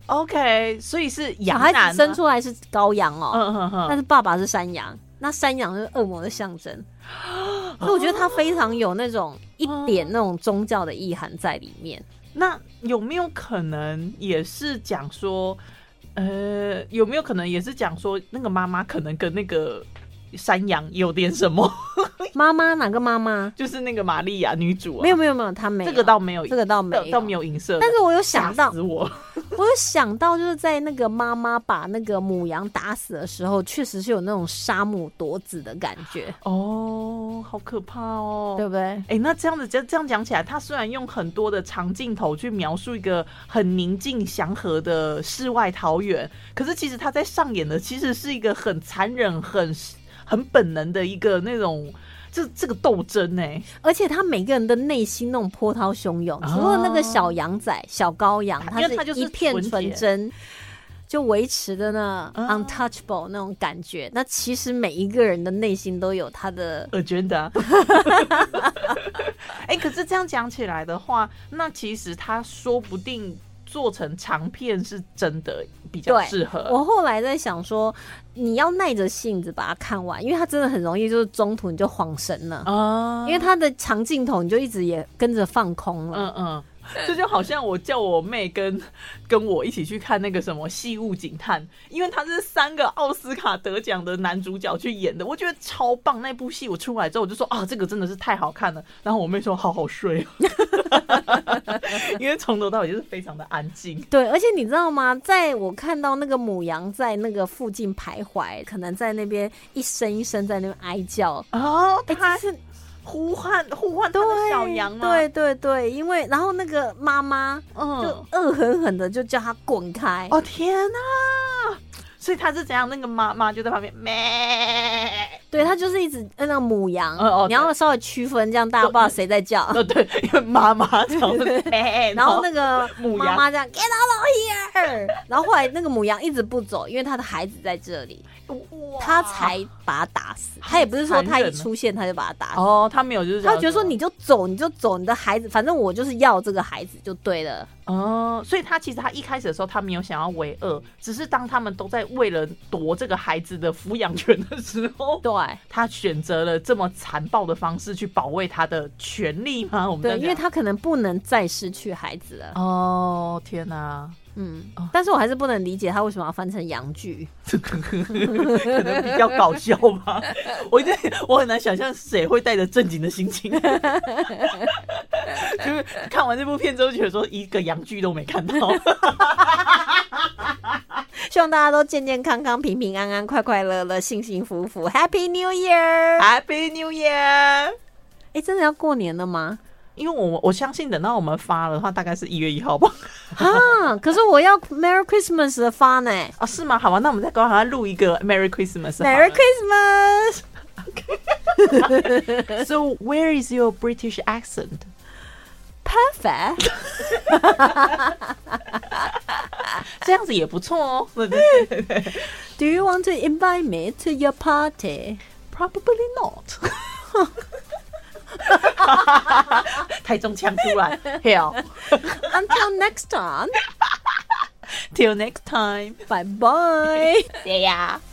Speaker 1: OK，所以是
Speaker 4: 小
Speaker 1: 羊
Speaker 4: 孩
Speaker 1: 男
Speaker 4: 子生出来是羔羊哦，
Speaker 1: 啊嗯嗯嗯，
Speaker 4: 但是爸爸是山羊，那山羊就是恶魔的象征，
Speaker 1: [GASPS]
Speaker 4: 所以我觉得它非常有那种一点那种宗教的意涵在里面。
Speaker 1: 那有没有可能也是讲说，呃，有没有可能也是讲说，那个妈妈可能跟那个山羊有点什么？ [LAUGHS]
Speaker 4: 妈妈哪个妈妈？
Speaker 1: 就是那个玛利亚女主啊，
Speaker 4: 没有没有没有，她没有
Speaker 1: 这个倒没有，
Speaker 4: 这个倒没
Speaker 1: 倒
Speaker 4: 有
Speaker 1: 倒没有影射，
Speaker 4: 但是我有
Speaker 1: 吓
Speaker 4: 想到，
Speaker 1: 死
Speaker 4: [LAUGHS]
Speaker 1: 我了。
Speaker 4: 我有想到，就是在那个妈妈把那个母羊打死的时候，确实是有那种杀母夺子的感觉，
Speaker 1: 哦，好可怕哦，
Speaker 4: 对不对？
Speaker 1: 哎、那这样子，这这样讲起来，他虽然用很多的长镜头去描述一个很宁静祥和的世外桃源，可是其实他在上演的其实是一个很残忍、很很本能的一个那种。这这个斗争呢、
Speaker 4: 而且他每个人的内心那种波涛汹涌，
Speaker 1: 哦
Speaker 4: 除了那个小羊仔、小羔羊，
Speaker 1: 因为他就是
Speaker 4: 一片
Speaker 1: 纯洁
Speaker 4: 纯真。就维持的呢、
Speaker 1: 嗯
Speaker 4: u n t o u c h a b l e 那种感觉。那其实每一个人的内心都有他的
Speaker 1: 我觉得， [LAUGHS] 哎、可是这样讲起来的话，那其实他说不定做成长片是真的比较
Speaker 4: 对
Speaker 1: 适合。
Speaker 4: 我后来在想说，你要耐着性子把它看完，因为它真的很容易就是中途你就恍神了，
Speaker 1: 啊
Speaker 4: 因为它的长镜头你就一直也跟着放空了。
Speaker 1: 嗯嗯， [LAUGHS] 这就好像我叫我妹跟 [LAUGHS] 跟我一起去看那个什么《细雾警探》，因为他是三个奥斯卡得奖的男主角去演的，我觉得超棒。那部戏我出来之后，我就说啊，这个真的是太好看了。然后我妹说好好睡、哦， [LAUGHS] 因为从头到尾就是非常的安静。
Speaker 4: 对，而且你知道吗？在我看到那个母羊在那个附近徘徊，可能在那边一声一声在那边哀叫。
Speaker 1: 哦，
Speaker 4: 哎、
Speaker 1: 他
Speaker 4: 这是
Speaker 1: 呼唤呼唤他的
Speaker 4: 对
Speaker 1: 小羊啊吗？
Speaker 4: 对，对对，因为然后那个妈妈就
Speaker 1: 嗯，
Speaker 4: 恶狠狠的就叫他滚开。
Speaker 1: 哦天哪、所以他是怎样？那个妈妈就在旁边咩。
Speaker 4: 对，他就是一直呃那个母羊，
Speaker 1: 哦哦
Speaker 4: 你要稍微区分，这样大家不知道谁在叫。
Speaker 1: [LAUGHS] 呃，对，因为妈妈
Speaker 4: [LAUGHS]
Speaker 1: 常会
Speaker 4: 然后那个
Speaker 1: 母
Speaker 4: 妈
Speaker 1: 羊
Speaker 4: 妈这样 get out of here，然后后来那个母羊一直不走，因为他的孩子在这里，
Speaker 1: 个
Speaker 4: 他才把他打死。
Speaker 1: 好
Speaker 4: 他也不是说
Speaker 1: 残
Speaker 4: 他一
Speaker 1: 忍啊
Speaker 4: 出现他就把他打死。
Speaker 1: 哦，他没有，就是
Speaker 4: 他
Speaker 1: 想
Speaker 4: 觉得说你就走，你就走，你的孩子，反正我就是要这个孩子就对了。
Speaker 1: 哦，所以他其实他一开始的时候他没有想要为恶，只是当他们都在为了夺这个孩子的抚养权的时候， [LAUGHS]
Speaker 4: 对
Speaker 1: 他选择了这么残暴的方式去保卫他的权利吗？我们
Speaker 4: 对，
Speaker 1: 在
Speaker 4: 因为
Speaker 1: 讲
Speaker 4: 他可能不能再失去孩子了。
Speaker 1: 哦天哪、
Speaker 4: 嗯
Speaker 1: 哦，
Speaker 4: 但是我还是不能理解他为什么要翻成洋剧。
Speaker 1: [LAUGHS]
Speaker 4: [LAUGHS]
Speaker 1: 可能比较搞笑吧。我一直我很难想象谁会带着正经的心情， [LAUGHS] 就是看完这部片之后，觉得说一个洋剧都没看 [LAUGHS] 到。
Speaker 4: 希望大家都健健康康、平平安安、快快乐乐、幸幸福福，Happy New Year！哎、
Speaker 1: Happy New Year！
Speaker 4: 诶真的要过年了吗？ [LAUGHS]
Speaker 1: 因为我我相信等到我们发了的话，大概是一月一号吧。 [LAUGHS]
Speaker 4: 啊，可是我要 Merry Christmas 的发呢
Speaker 1: 啊，是吗？好吧，那我们再赶快录一个 Merry Christmas 好了。
Speaker 4: ，Merry Christmas！
Speaker 1: So where is your British accent？
Speaker 4: Perfect，
Speaker 1: 这样子也不错 [LAUGHS] 哦。
Speaker 4: do you want to invite me to your party？
Speaker 1: Probably [LAUGHS] not 。台中腔出来，Hell。
Speaker 4: Until next time，
Speaker 1: Till next time.
Speaker 4: bye bye。
Speaker 1: [LAUGHS] See ya.